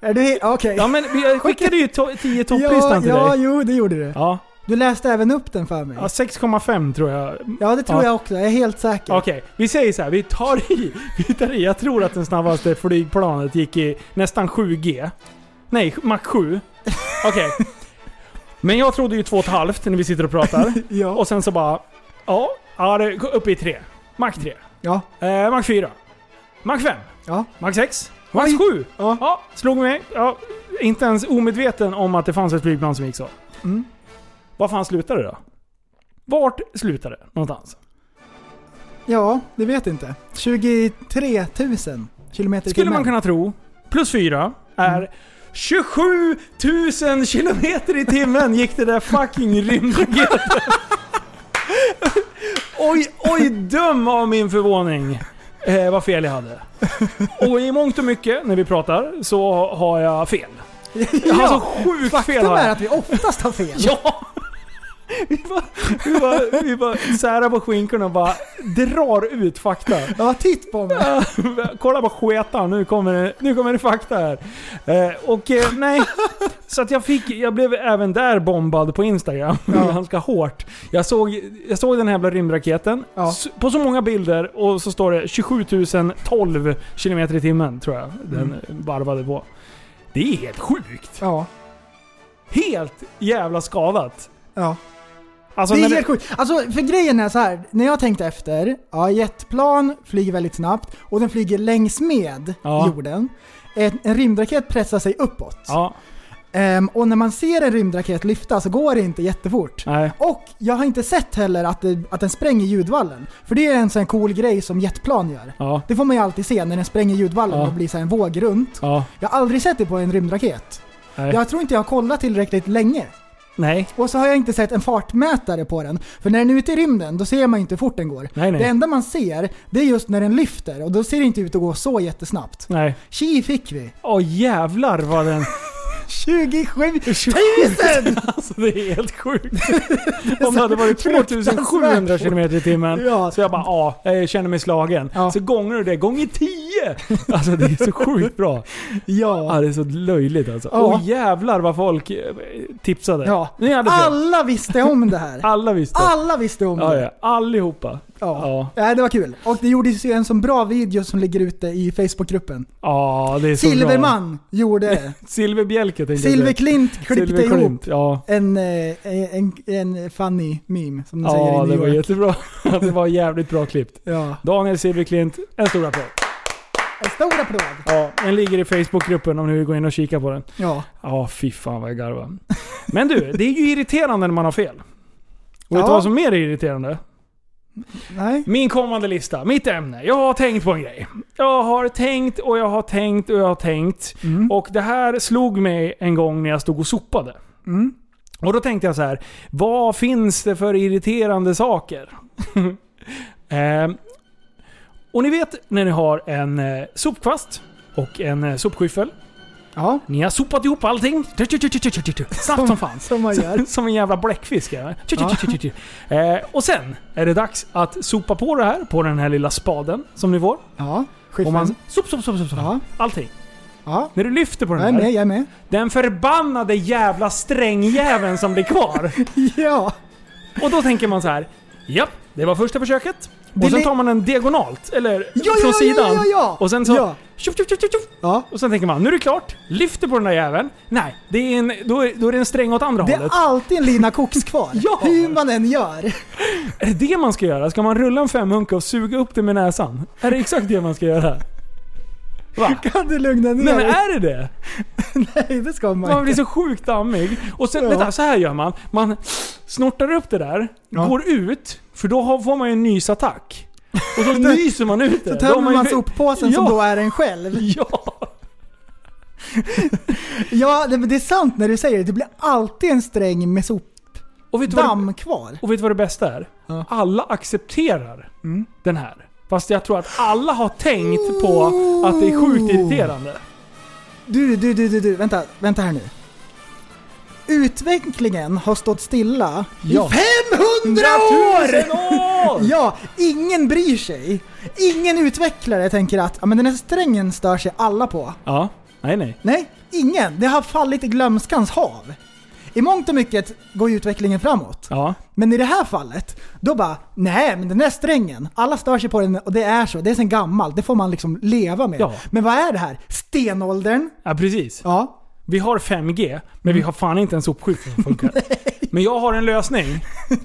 F: Är du helt... Okej.
D: Ja men jag skickade ju to- 10 topplistan
F: ja,
D: till
F: ja,
D: dig.
F: jo det gjorde du.
D: Ja.
F: Du läste även upp den för mig.
D: Ja, 6,5 tror jag.
F: Ja det
D: Alltså,
F: tror
D: Ja.
F: jag också, jag är helt säker.
D: Okej, vi säger så här. Vi tar i. Vi tar i. Jag tror att den snabbaste flygplanet gick i nästan 7G. Nej, Mach 7. Okej. Men jag trodde ju 2,5 när vi sitter och pratar.
F: ja.
D: Och sen så bara... Ja, ja det går upp i 3. Mach 3.
F: Ja.
D: Eh, Mach 4. Mach 5.
F: Ja.
D: Mach 6. Max 7? Ja. Slog mig. Ja, inte ens omedveten om att det fanns ett flygplan som gick så.
F: Mm.
D: Var fan slutade det då? Vart slutade det någonstans?
F: Ja, det vet jag inte. 23 000 kilometer i
D: Skulle man
F: timmen.
D: kunna tro. Plus 4 är
F: Mm.
D: 27 000 kilometer i timmen gick det där fucking rymdraketet. oj, oj, döm av min förvåning. Eh, vad fel jag hade. Och i mångt och mycket, när vi pratar, så har jag fel. Jag har så sjukt fel
F: Faktum
D: har
F: är
D: jag.
F: att vi oftast har fel.
D: Ja! Vi bara, vi bara särar på skinkorna och bara drar ut fakta.
F: Ja, titt på mig.
D: Kolla på sketan, nu kommer det, nu kommer det fakta här. Eh, och eh, nej, så att jag, fick, jag blev även där bombad på Instagram. Ganska hårt. Jag såg, jag såg den här jävla rymdraketen S- på så många bilder och så står det 27 012 km i timmen tror jag den varvade på. Det är helt sjukt.
F: Ja.
D: Helt jävla skadat.
F: Ja.
D: Alltså,
F: det är
D: när
F: helt
D: vi-
F: sjukt. Alltså för grejen är så här. när jag tänkte efter, ja jetplan flyger väldigt snabbt och den flyger längs med
D: Ja.
F: jorden. En, en rymdraket pressar sig uppåt.
D: Ja.
F: Ehm, och när man ser en rymdraket lyfta så går det inte jättefort. Och jag har inte sett heller att, det, att den spränger ljudvallen. För det är en sån här cool grej som jetplan gör. Det får man ju alltid se när den spränger ljudvallen
D: Ja.
F: och blir så här en våg runt.
D: Ja.
F: Jag har aldrig sett det på en rymdraket.
D: Nej.
F: Jag tror inte jag har kollat tillräckligt länge.
D: Nej.
F: Och så har jag inte sett en fartmätare på den. För när den är ute i rymden, då ser man ju inte hur fort den går.
D: Nej, nej.
F: Det enda man ser, det är just när den lyfter. Och då ser det inte ut att gå så jättesnabbt.
D: Nej.
F: Tji fick vi!
D: Åh jävlar vad den...
F: 27 000!
D: alltså det är helt sjukt. Om det hade varit 2700
F: fruktansvärt
D: km i timmen.
F: Ja.
D: Så jag bara, ja, jag känner mig slagen. Så gånger du det, gånger 10! Alltså det är så sjukt bra.
F: Ja.
D: det är så löjligt alltså.
F: Ja.
D: Åh jävlar vad folk eh, tipsade.
F: Ja.
D: Ni hade fel.
F: Alla visste om det här.
D: Alla visste.
F: Alla visste om
D: Ja,
F: det.
D: ja. Allihopa.
F: Ja. Nej, det var kul. Och det gjordes ju en sån bra video som ligger ute i Facebookgruppen.
D: Ja, det är så
F: Silverman gjorde det.
D: bra. Silverbjälke tänkte jag säga.
F: Silverklint klippte
D: Silverklint,
F: ihop
D: Ja.
F: en, eh, en, en funny meme som de
D: Ja,
F: säger
D: det
F: i New
D: var
F: York.
D: jättebra. Det var jävligt bra klippt.
F: Ja.
D: Daniel Silverklint, en stor applåd.
F: En stor applåd!
D: Ja, den ligger i Facebookgruppen om ni vill gå in och kika på den.
F: Ja.
D: Ja, fy fan vad jag garvar. Men du, det är ju irriterande när man har fel. Och vet
F: Ja.
D: du vad som mer är irriterande?
F: Nej.
D: Min kommande lista, mitt ämne. Jag har tänkt på en grej. Jag har tänkt och jag har tänkt och jag har tänkt. Och det här slog mig en gång när jag stod och sopade.
F: Mm.
D: Och då tänkte jag så här, vad finns det för irriterande saker? Ehm, och ni vet när ni har en eh, sopkvast och en eh, sopskyffel.
F: Ja.
D: Ni har sopat ihop allting. Tu, tu, tu, tu, tu, tu, tu, tu. Snabbt som fan.
F: Som man gör.
D: Som en jävla bläckfisk. Ja. Tu, tu, tu, tu, tu, tu. Eh, och sen är det dags att sopa på det här, på den här lilla spaden som ni får.
F: Ja,
D: och man, sop, sop, sop, sop, sop. Allting.
F: Ja.
D: När du lyfter på den
F: Jag är
D: här.
F: med, jag är med.
D: Den förbannade jävla strängjäveln som blir kvar.
F: ja.
D: Och då tänker man så här. Japp, det var första försöket.
F: Det
D: Och sen
F: li-
D: tar man den diagonalt, eller
F: Ja,
D: från
F: ja, ja,
D: sidan.
F: ja, ja.
D: Och sen så...
F: Ja.
D: Tjup, tjup, tjup, tjup, tjup.
F: Ja.
D: Och sen tänker man, nu är det klart. Lyfter på den där jäveln. Nej, det är en, då, är, då är det en sträng åt andra
F: Det är
D: hållet.
F: alltid en lina koks kvar.
D: Ja.
F: Hur man än gör.
D: Är det det man ska göra? Ska man rulla en femhunka och suga upp det med näsan? Är det exakt det man ska göra? Va?
F: Kan du lugna ner
D: Nej men
F: dig?
D: är det det?
F: Nej, det ska man
D: Man blir
F: inte.
D: så sjukt dammig. Och sen,
F: Ja.
D: vänta, så här gör man. Man snortar upp det där, går ut, för då har, får man ju en nysattack. Och då nyser man ut det.
F: Så
D: Då har
F: tömmer man
D: ju-
F: soppåsen som
D: Ja.
F: då är en själv.
D: Ja!
F: ja, det, men det är sant när du säger det. Det blir alltid en sträng med
D: Och vet du vad det-
F: sopdamm kvar.
D: Och vet du vad det bästa är? Alla accepterar
F: Mm.
D: den här. Fast jag tror att alla har tänkt på att det är
F: Oh.
D: sjukt irriterande.
F: Du, du, du, du, du. Vänta, vänta här nu. Utvecklingen har stått stilla
D: Ja.
F: i 500 år!
D: Hundratusen år!
F: Ja, ingen bryr sig. Ingen utvecklare tänker att ja, men den här strängen stör sig alla på.
D: Ja. Nej, nej.
F: Nej, ingen. Det har fallit i glömskans hav. I mångt och mycket går ju utvecklingen framåt.
D: Ja.
F: Men i det här fallet, då bara nej men den där strängen, alla stör sig på den och det är så. Det är sen gammalt, det får man liksom leva med.
D: Ja.
F: Men vad är det här? Stenåldern?
D: Ja, precis.
F: Ja. Mm.
D: Vi har 5G, men vi har fan inte en sopskyffel som funkar. men jag har en lösning.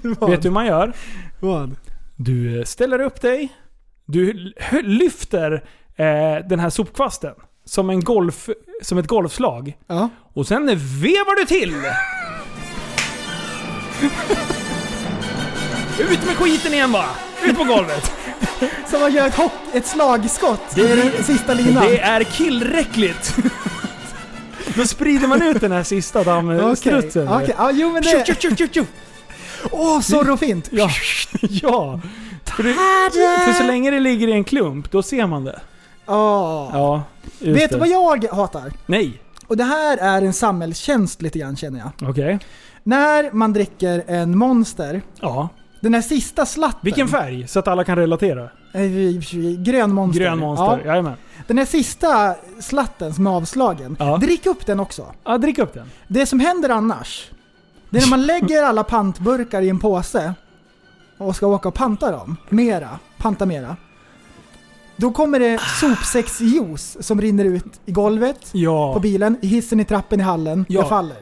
D: Vet du hur man gör?
F: Vad?
D: Du eh, ställer upp dig. Du hö- lyfter eh, den här sopkvasten. som, en golf, som ett golfslag. Och sen vevar du till! Ut med skiten igen bara! Ut på golvet!
F: Som man gör ett, hopp, ett slagskott
D: Det-
F: i den sista linan.
D: Det är killräckligt! Då sprider man ut den här sista dammstrutsen.
F: Okej, okej. Ja, jo men det...
D: Tjo, tjo, tjo, tjo.
F: Åh,
D: Mm.
F: sorrofint!
D: Ja. ja. För, det, för så länge det ligger i en klump, då ser man det.
F: Ja.
D: Ja, just
F: Vet du
D: det.
F: vad jag hatar?
D: Nej.
F: Och det här är en samhällstjänst lite grann känner jag.
D: Okej.
F: När man dricker en Monster.
D: Ja.
F: Den här sista slatten.
D: Vilken färg? Så att alla kan relatera.
F: Eh, Grön Monster.
D: Grön monster,
F: Ja.
D: jajamän.
F: Den här sista slatten som är avslagen. Drick upp den också.
D: Ja, drick upp den.
F: Det som händer annars, det är när man lägger alla pantburkar i en påse och ska åka och panta dem. Mera. Panta mera. Då kommer det sopsäcksjuice som rinner ut i golvet,
D: Ja.
F: på bilen, i hissen, i trappen, i hallen.
D: Ja.
F: Jag faller.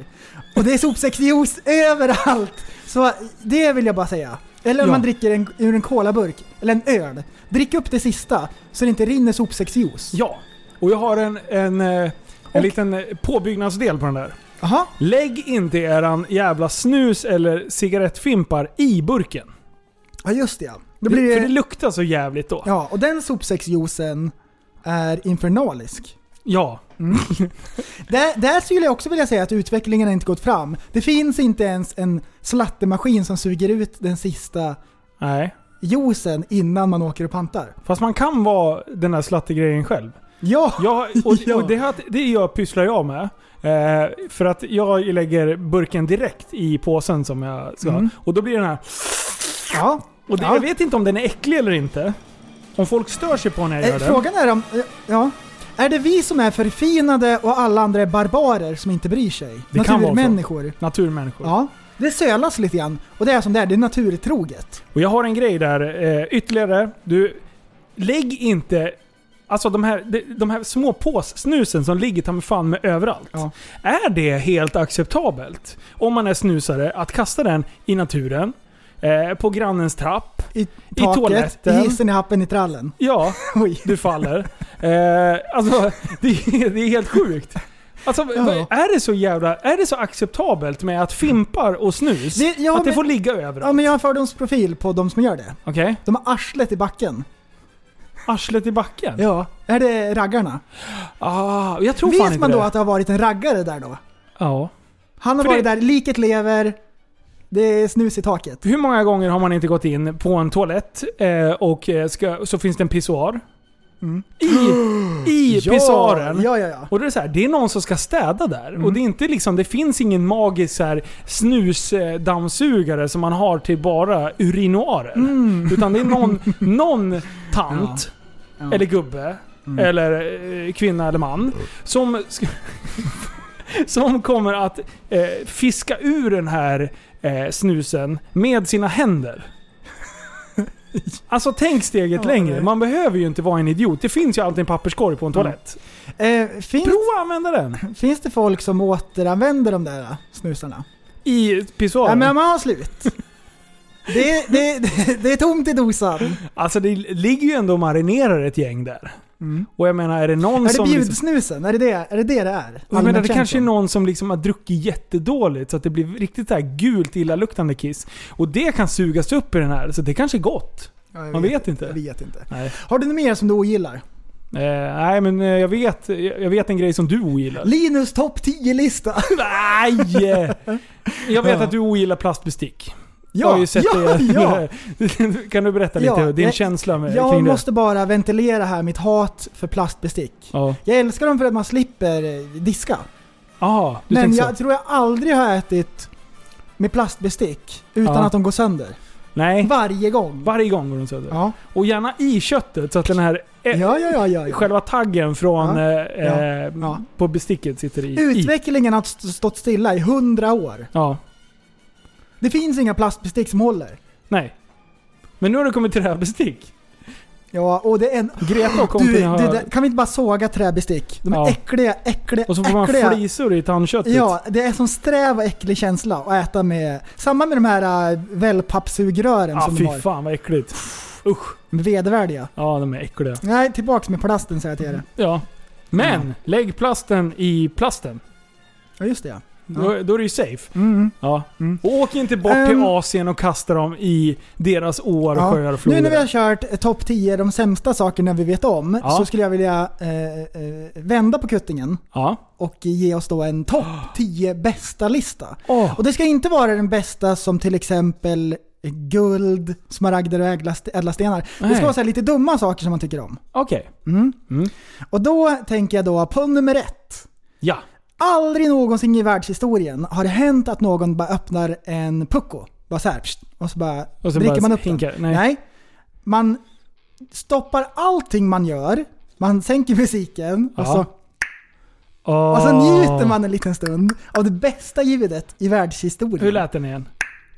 F: Och det är sopsäcksjuice överallt! Så det vill jag bara säga. Eller om
D: Ja.
F: man dricker en, ur en colaburk, eller en öl. Drick upp det sista, så det inte rinner sopsäcksjuice.
D: Ja. Och jag har en, en, eh, en liten eh, påbyggnadsdel på den där.
F: Aha.
D: Lägg inte eran jävla snus eller cigarettfimpar i burken.
F: Ja, just det ja. Då
D: Det-
F: blir
D: För det luktar så jävligt då.
F: Ja, och den sopsäcksjuicen är infernalisk.
D: Ja.
F: Där, där skulle jag också vilja säga att utvecklingen har inte gått fram. Det finns inte ens en slattemaskin som suger ut den sista
D: Nej.
F: juicen innan man åker och pantar.
D: Fast man kan vara den där slattegrejen själv.
F: Ja!
D: Jag, och, och det, här, det jag pysslar jag med. Eh, för att jag lägger burken direkt i påsen som jag ska.
F: Mm.
D: Och då blir den här...
F: Ja.
D: Och det,
F: Ja.
D: jag vet inte om den är äcklig eller inte. Om folk stör sig på när jag
F: Eh,
D: gör det.
F: frågan är om... eh, Ja. Är det vi som är förfinade och alla andra är barbarer som inte bryr sig?
D: Det kan vara så.
F: Naturmänniskor.
D: Naturmänniskor.
F: Ja. Det sölas lite grann. Och det är som det är, det är naturtroget.
D: Och jag har en grej där eh, ytterligare. Du, lägg inte... Alltså de här, de, de här små påssnusen som ligger ta mig fan med överallt. Är det helt acceptabelt? Om man är snusare, att kasta den i naturen, eh, på grannens trapp,
F: i, Taket,
D: toaletten.
F: I hissen, i happen, i trallen.
D: Ja, du faller. Eh, alltså, det, är- det är helt sjukt. Alltså, vad- är, det så jävla, är det så acceptabelt med att fimpar och snus,
F: Det- ja,
D: att det
F: men-
D: får ligga överallt?
F: Ja, men jag har en fördomsprofil på de som gör det.
D: Okej.
F: De har arslet i backen.
D: Mm. Arslet i backen?
F: Ja. Är det raggarna?
D: Ah, jag tror
F: Vet
D: fan inte
F: man då
D: det.
F: att det har varit en raggare där då?
D: Ja.
F: Han har
D: För
F: varit
D: det-
F: där, liket lever, det är snus i taket.
D: Hur många gånger har man inte gått in på en toalett eh, och eh, ska, så finns det en pissoar?
F: Mm.
D: I, Mm. i
F: Ja,
D: pissoaren.
F: ja, ja, ja.
D: Och då är det, så här, det är någon som ska städa där. Och det, är inte liksom, det finns ingen magisk så här, snusdammsugare som man har till bara urinoarer.
F: Mm.
D: Utan det är någon, någon tant, eller gubbe,
F: Mm.
D: eller eh, kvinna eller man, som, ska- som kommer att eh, fiska ur den här eh, snusen med sina händer. Alltså tänk steget
F: Ja,
D: längre.
F: nej. Mm.
D: Man behöver ju inte vara en idiot. Det finns ju alltid en papperskorg på en toalett.
F: Eh, finns,
D: Prova att använda den.
F: Finns det folk som återanvänder de där eh, snusarna?
D: I pissoaren.
F: Ja, men man har slut. det, det, det, det är tomt i dosan.
D: Alltså det ligger ju ändå och marinerar ett gäng där. Och jag menar, är det någon
F: Är det
D: Mm. som... liksom-
F: bjudsnusen? Är det det är det det,
D: Och
F: det är?
D: jag menar, det
F: Allmänkänslan.
D: kanske är någon som liksom har druckit jättedåligt så att det blir riktigt så här gult illaluktande kiss. Och det kan sugas upp i den här, så det kanske är gott.
F: Ja, jag
D: Man
F: vet
D: vet inte.
F: Jag vet inte.
D: Nej.
F: Har du något mer som du ogillar?
D: Eh, nej, men eh, jag vet, jag vet en grej som du ogillar.
F: Linus topp 10-lista.
D: Nej! Eh, Jag vet
F: Ja.
D: att du ogillar plastbestick.
F: Ja,
D: jag har ju sett
F: ja,
D: det.
F: ja.
D: kan du berätta lite
F: Ja,
D: din
F: jag-
D: känsla med,
F: Jag
D: kring det?
F: måste bara ventilera här mitt hat för plastbestick.
D: Ja.
F: Jag älskar dem för att man slipper eh, diska.
D: Aha, du
F: Men
D: tänker
F: jag
D: så.
F: tror jag aldrig har ätit med plastbestick utan
D: Ja.
F: att de går sönder.
D: Nej.
F: Varje gång.
D: Varje gång går den sönder.
F: Ja.
D: Och gärna i köttet så att den här eh,
F: Ja, ja, ja, ja, ja.
D: själva taggen från
F: Ja.
D: eh, eh,
F: Ja.
D: på besticket sitter i. i.
F: Utvecklingen har st- stått stilla i hundra år.
D: Ja.
F: Det finns inga plastbestick som håller.
D: Nej. Men nu har du kommit till träbestick.
F: Ja, och det är en...
D: Greta och
F: du,
D: kompisen har...
F: det där, kan vi inte bara såga träbestick? De är
D: Ja.
F: äckliga, äckliga,
D: och så får man
F: äckliga.
D: flisor i tandköttet.
F: Ja, det är som sträv och äcklig känsla att äta med. Samma med de här äh, wellpappsugrören
D: ah,
F: som de
D: fy
F: har.
D: fan vad äckligt. Usch.
F: De är Vedervärdiga.
D: Ja, de är äckliga. Mm.
F: Nej, tillbaks med plasten säger jag till er.
D: Ja. Men
F: Mm.
D: lägg plasten i plasten.
F: Ja, Mm. just det ja.
D: Då, då är det ju safe. Ja. Och åk inte bort
F: Ehm.
D: till Asien och kasta dem i deras åar och sjöar och floder.
F: Nu när vi har kört eh, topp 10, de sämsta sakerna vi vet om,
D: Ja.
F: så skulle jag vilja eh, eh, vända på kuttingen
D: Ja.
F: och ge oss då en topp 10 bästa-lista. Och det ska inte vara den bästa som till exempel guld, smaragder och ädlast- ädlastenar. Det
D: Nej.
F: ska vara så här lite dumma saker som man tycker om.
D: Okej.
F: Mm. Och då tänker jag då på nummer ett.
D: Ja.
F: Aldrig någonsin i världshistorien har det hänt att någon bara öppnar en pucko. Bara så här, pst, och så bara
D: Och så
F: dricker
D: bara
F: man upp
D: hinkar.
F: den.
D: Nej.
F: Man stoppar allting man gör, man sänker musiken och, så, och så njuter man en liten stund av det bästa ljudet i världshistorien.
D: Hur lät den igen?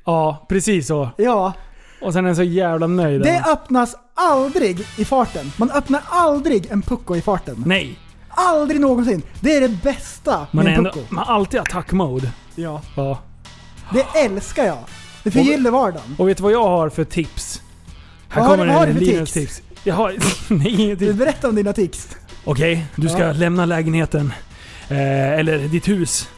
D: Ja, precis så.
F: Ja.
D: Och sen är den så jävla nöjd.
F: Det öppnas aldrig i farten. Man öppnar aldrig en pucko i farten.
D: Nej.
F: Aldrig någonsin. Det är det bästa
D: man är
F: med en
D: ändå,
F: pucko.
D: man har alltid attack-mode.
F: Ja.
D: ja.
F: Det älskar jag. Det förgyller vardagen.
D: Och vet du vad jag har för tips? Här
F: Vad har-
D: kommer
F: vad har
D: en
F: du för
D: Linus
F: tics?
D: tips. Jag har... Nej, inget tips.
F: Berätta om dina tics.
D: Okej, du ska
F: Ja.
D: lämna lägenheten. Eh, eller ditt hus.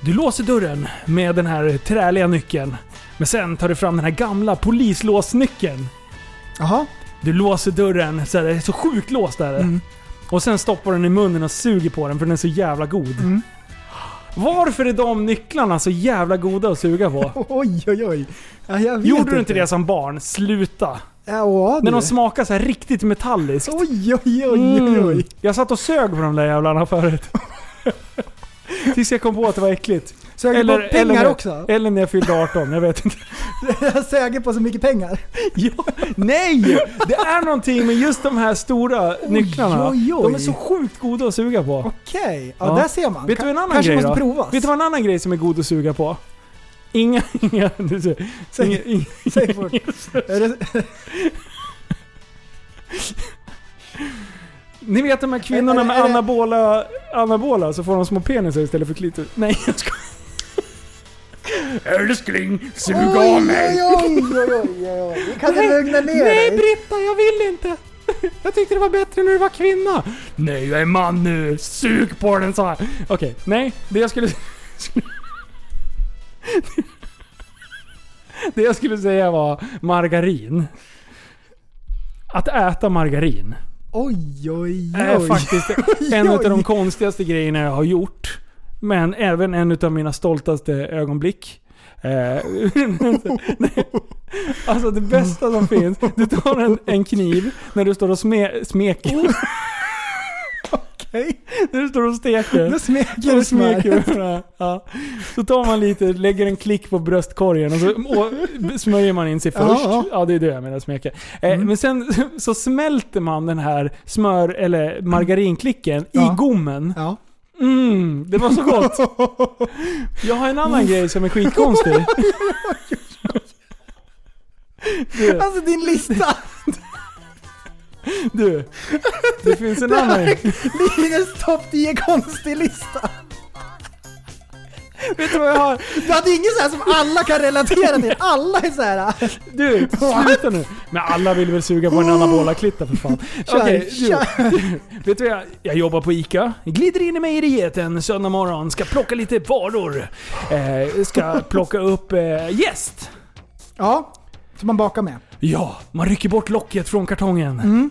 D: Du låser dörren med den här träliga nyckeln. Men sen tar du fram den här gamla polislåsnyckeln.
F: Jaha.
D: Du låser dörren, så här, det är så sjukt låst där.
F: Mm.
D: Och sen stoppar du den i munnen och suger på den för den är så jävla god.
F: Mm.
D: Varför är de nycklarna så jävla goda att suga på?
F: Oj, oj, oj. Ja, jag vet
D: Gjorde du inte det som barn? Sluta!
F: Ja,
D: När
F: du.
D: de smakar så här riktigt metalliskt. Mm.
F: Oj, oj, oj, oj, oj.
D: Jag satt och sög på de där jävlarna förut. Tills jag kom på att det var äckligt.
F: Sög du på pengar
D: eller, när-
F: också?
D: Eller när jag fyllde 18, jag vet inte.
F: Jag söger på så mycket pengar.
D: Nej! Det är någonting med just de här stora nycklarna.
F: oj, oj.
D: De är så sjukt goda att suga på.
F: Okej, ja, där ser man.
D: Vet du
F: Ka-
D: en annan
F: kanske
D: grej
F: måste
D: då?
F: provas.
D: Vet du vad en annan grej som är god att suga på? Inga, inga, du ser.
F: Säg-
D: inga, inga,
F: säg fort. Är det-
D: Ni vet de här kvinnorna
F: Är- är-
D: med
F: är det-
D: anabola, anabola så får de små penisar istället för klitoris. Nej jag skojar. Älskling, sug av mig!
F: Oj, oj, oj, oj, oj. Du kan inte lugna ner
D: Nej
F: dig.
D: Britta, jag vill inte! Jag tyckte det var bättre när du var kvinna. Nej, jag är man nu. Sug på den så här. Okej, nej. Det jag skulle... Det jag skulle säga var margarin. Att äta margarin
F: Oj, oj, oj.
D: är faktiskt en av
F: oj.
D: de konstigaste grejerna jag har gjort. Men även en av mina stoltaste ögonblick. Eh, alltså det bästa som finns, du tar en, en kniv när du står och sme, smeker.
F: Oh. Okej.
D: När du står och steker.
F: Då smeker
D: Då
F: du smör.
D: smeker du smör. Ja. Så tar man lite, lägger en klick på bröstkorgen och så och smörjer man in sig
F: Ja, Mm.
D: först.
F: ja.
D: Ja, det är det jag menar smeka. Eh, Men sen så smälter man den här smör eller margarinklicken i gommen. Mm, det var så gott. Jag har en annan grej som är skitkonstig. Du,
F: Alltså din lista.
D: du. Det finns en annan grej.
F: Linus topp 10 konstig lista.
D: Vet du vad jag har?
F: Du hade ingen så här som alla kan relatera till. Alla är så här. äh,
D: Du, sluta nu. Men alla vill väl suga på en anabola klitta för fan.
F: Kör,
D: Okej, du.
F: kör.
D: Vet du vad jag, jag jobbar på ICA. Glider in i mejeriet en söndag morgon, ska plocka lite varor. Eh, ska plocka upp eh, jäst.
F: Ja, som man bakar med.
D: Ja, man rycker bort locket från kartongen.
F: Mm.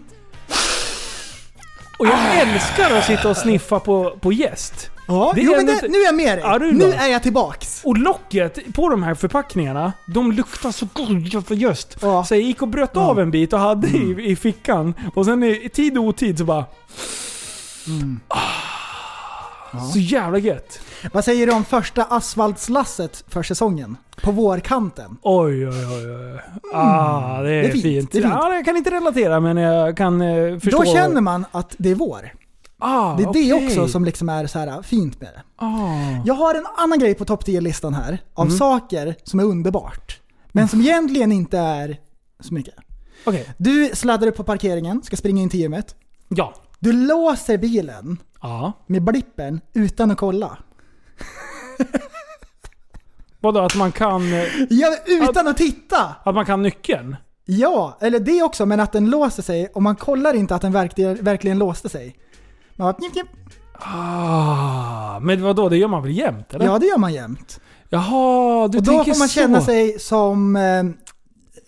D: Och jag älskar att sitta och sniffa på, på jäst.
F: Ja,
D: Det är
F: jo, men
D: ändå
F: det,
D: inte-
F: nu är jag med dig.
D: Ja, du är
F: nu
D: bra.
F: är jag tillbaks.
D: Och locket på de här förpackningarna, de luktar så gott för just. Så jag gick och bröt av en bit och hade
F: Mm.
D: i, i fickan. Och sen i, i tid och otid så bara...
F: Mm.
D: Ah, Så jävla gött.
F: Vad säger du om första asfaltslasset för säsongen? På vårkanten.
D: Oj, oj, oj. oj. Ah, det är,
F: Mm. Det är fint,
D: fint.
F: det är fint.
D: Ja, jag kan inte relatera men jag kan eh, förstå.
F: Då känner man att det är vår.
D: Ah,
F: Det är det
D: okej.
F: också som liksom är så här fint med det.
D: Ah.
F: Jag har en annan grej på topp 10-listan här, av
D: Mm.
F: saker som är underbart. Men som egentligen inte är så mycket.
D: Okej.
F: Du sladdar upp på parkeringen, ska springa in till gymmet.
D: Ja.
F: Du låser bilen
D: Ja.
F: med blippen utan att kolla.
D: Vadå att man kan... eh,
F: Ja, utan att titta!
D: Att man kan nyckeln?
F: Ja, eller det också, men att den låser sig och man kollar inte att den verkligen, verkligen låste sig. Man bara, njip, njip.
D: Ah, men vadå, det gör man väl jämt? Eller?
F: Ja, det gör man jämt.
D: Jaha, du
F: Och då
D: tänker
F: får man
D: så.
F: känna sig som eh,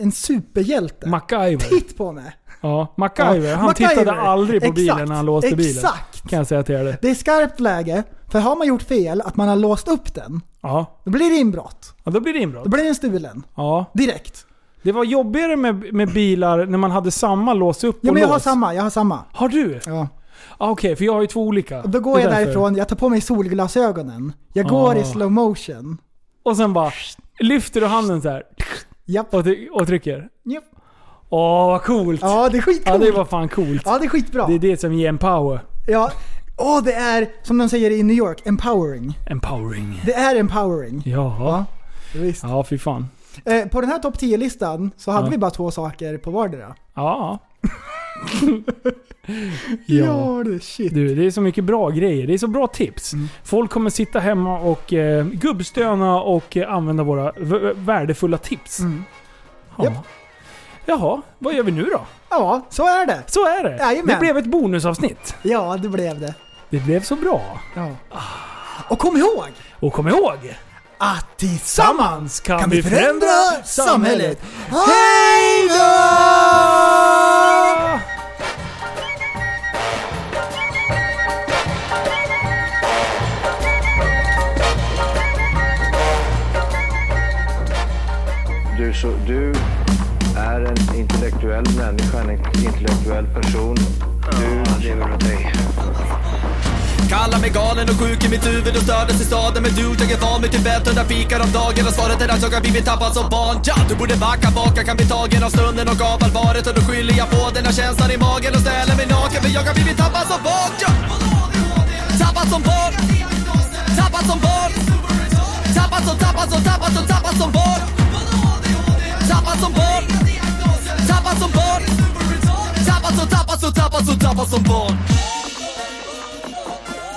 F: en superhjälte.
D: MacGyver.
F: Titt på mig!
D: Ja, MacGyver.
F: Ja,
D: Han
F: MacGyver.
D: tittade aldrig på bilen
F: Exakt,
D: när han låste bilen.
F: exakt.
D: Kan jag säga till er.
F: Det är skarpt läge, för har man gjort fel, att man har låst upp den,
D: Ja.
F: då blir det inbrott.
D: ja, då blir det inbrott.
F: Då blir den stulen.
D: Ja.
F: Direkt.
D: Det var jobbigare med, med bilar när man hade samma lås upp
F: Ja,
D: och
F: men jag har
D: lås.
F: samma, jag har samma.
D: Har du?
F: Ja.
D: Ah, Okej, för jag har ju två olika.
F: Då går
D: Det är
F: jag
D: därför.
F: därifrån, jag tar på mig solglasögonen. Jag går
D: Ah.
F: i slow motion.
D: Och sen bara lyfter du handen så här. Och, try- och trycker.
F: Japp.
D: Åh, vad coolt!
F: Ja, det är skitcoolt.
D: Ja, det var fan coolt.
F: Ja, det är skitbra.
D: Det är det som ger en power.
F: Ja. Åh, det är, som de säger i New York, empowering.
D: Empowering.
F: Det är empowering.
D: Ja.
F: Ja, visst.
D: ja fy fan.
F: Eh, på den här topp 10-listan så hade
D: Ja.
F: vi bara två saker på vardera.
D: Ja.
F: Ja, Mm. du shit.
D: Du, det är så mycket bra grejer. Det är så bra tips. Folk kommer sitta hemma och eh, gubbstöna och eh, använda våra v- v- värdefulla tips. Ja.
F: Mm. Japp.
D: Jaha, vad gör vi nu då?
F: Ja, så är det.
D: Så är det.
F: Jajamän.
D: Det blev ett bonusavsnitt.
F: Ja, det blev det.
D: Det blev så bra.
F: Ja. Och kom ihåg
D: Och kom ihåg!
F: att tillsammans
D: kan, vi förändra samhället.
F: Hej då!
A: Du, så, du är en intellektuell människa, en intellektuell person. Du lever åt dig.
B: Kallar mig galen och sjuk i mitt huvud och stördes i staden Men du, jag är van vid Tibet och där fikar om dagen Och svaret är att jag har blivit tappad som barn ja, Du borde backa bak, jag kan bli tagen av stunden och av allvaret Och då skyller jag på den här känslan i magen och ställer mig naken För jag har blivit tappad som barn ja. Tappad som barn Tappad som barn Tappad som, tappad som, tappad som, tappad som barn Tappad som barn Tappad som barn Tappad som, tappad som, tappad som, tappad som barn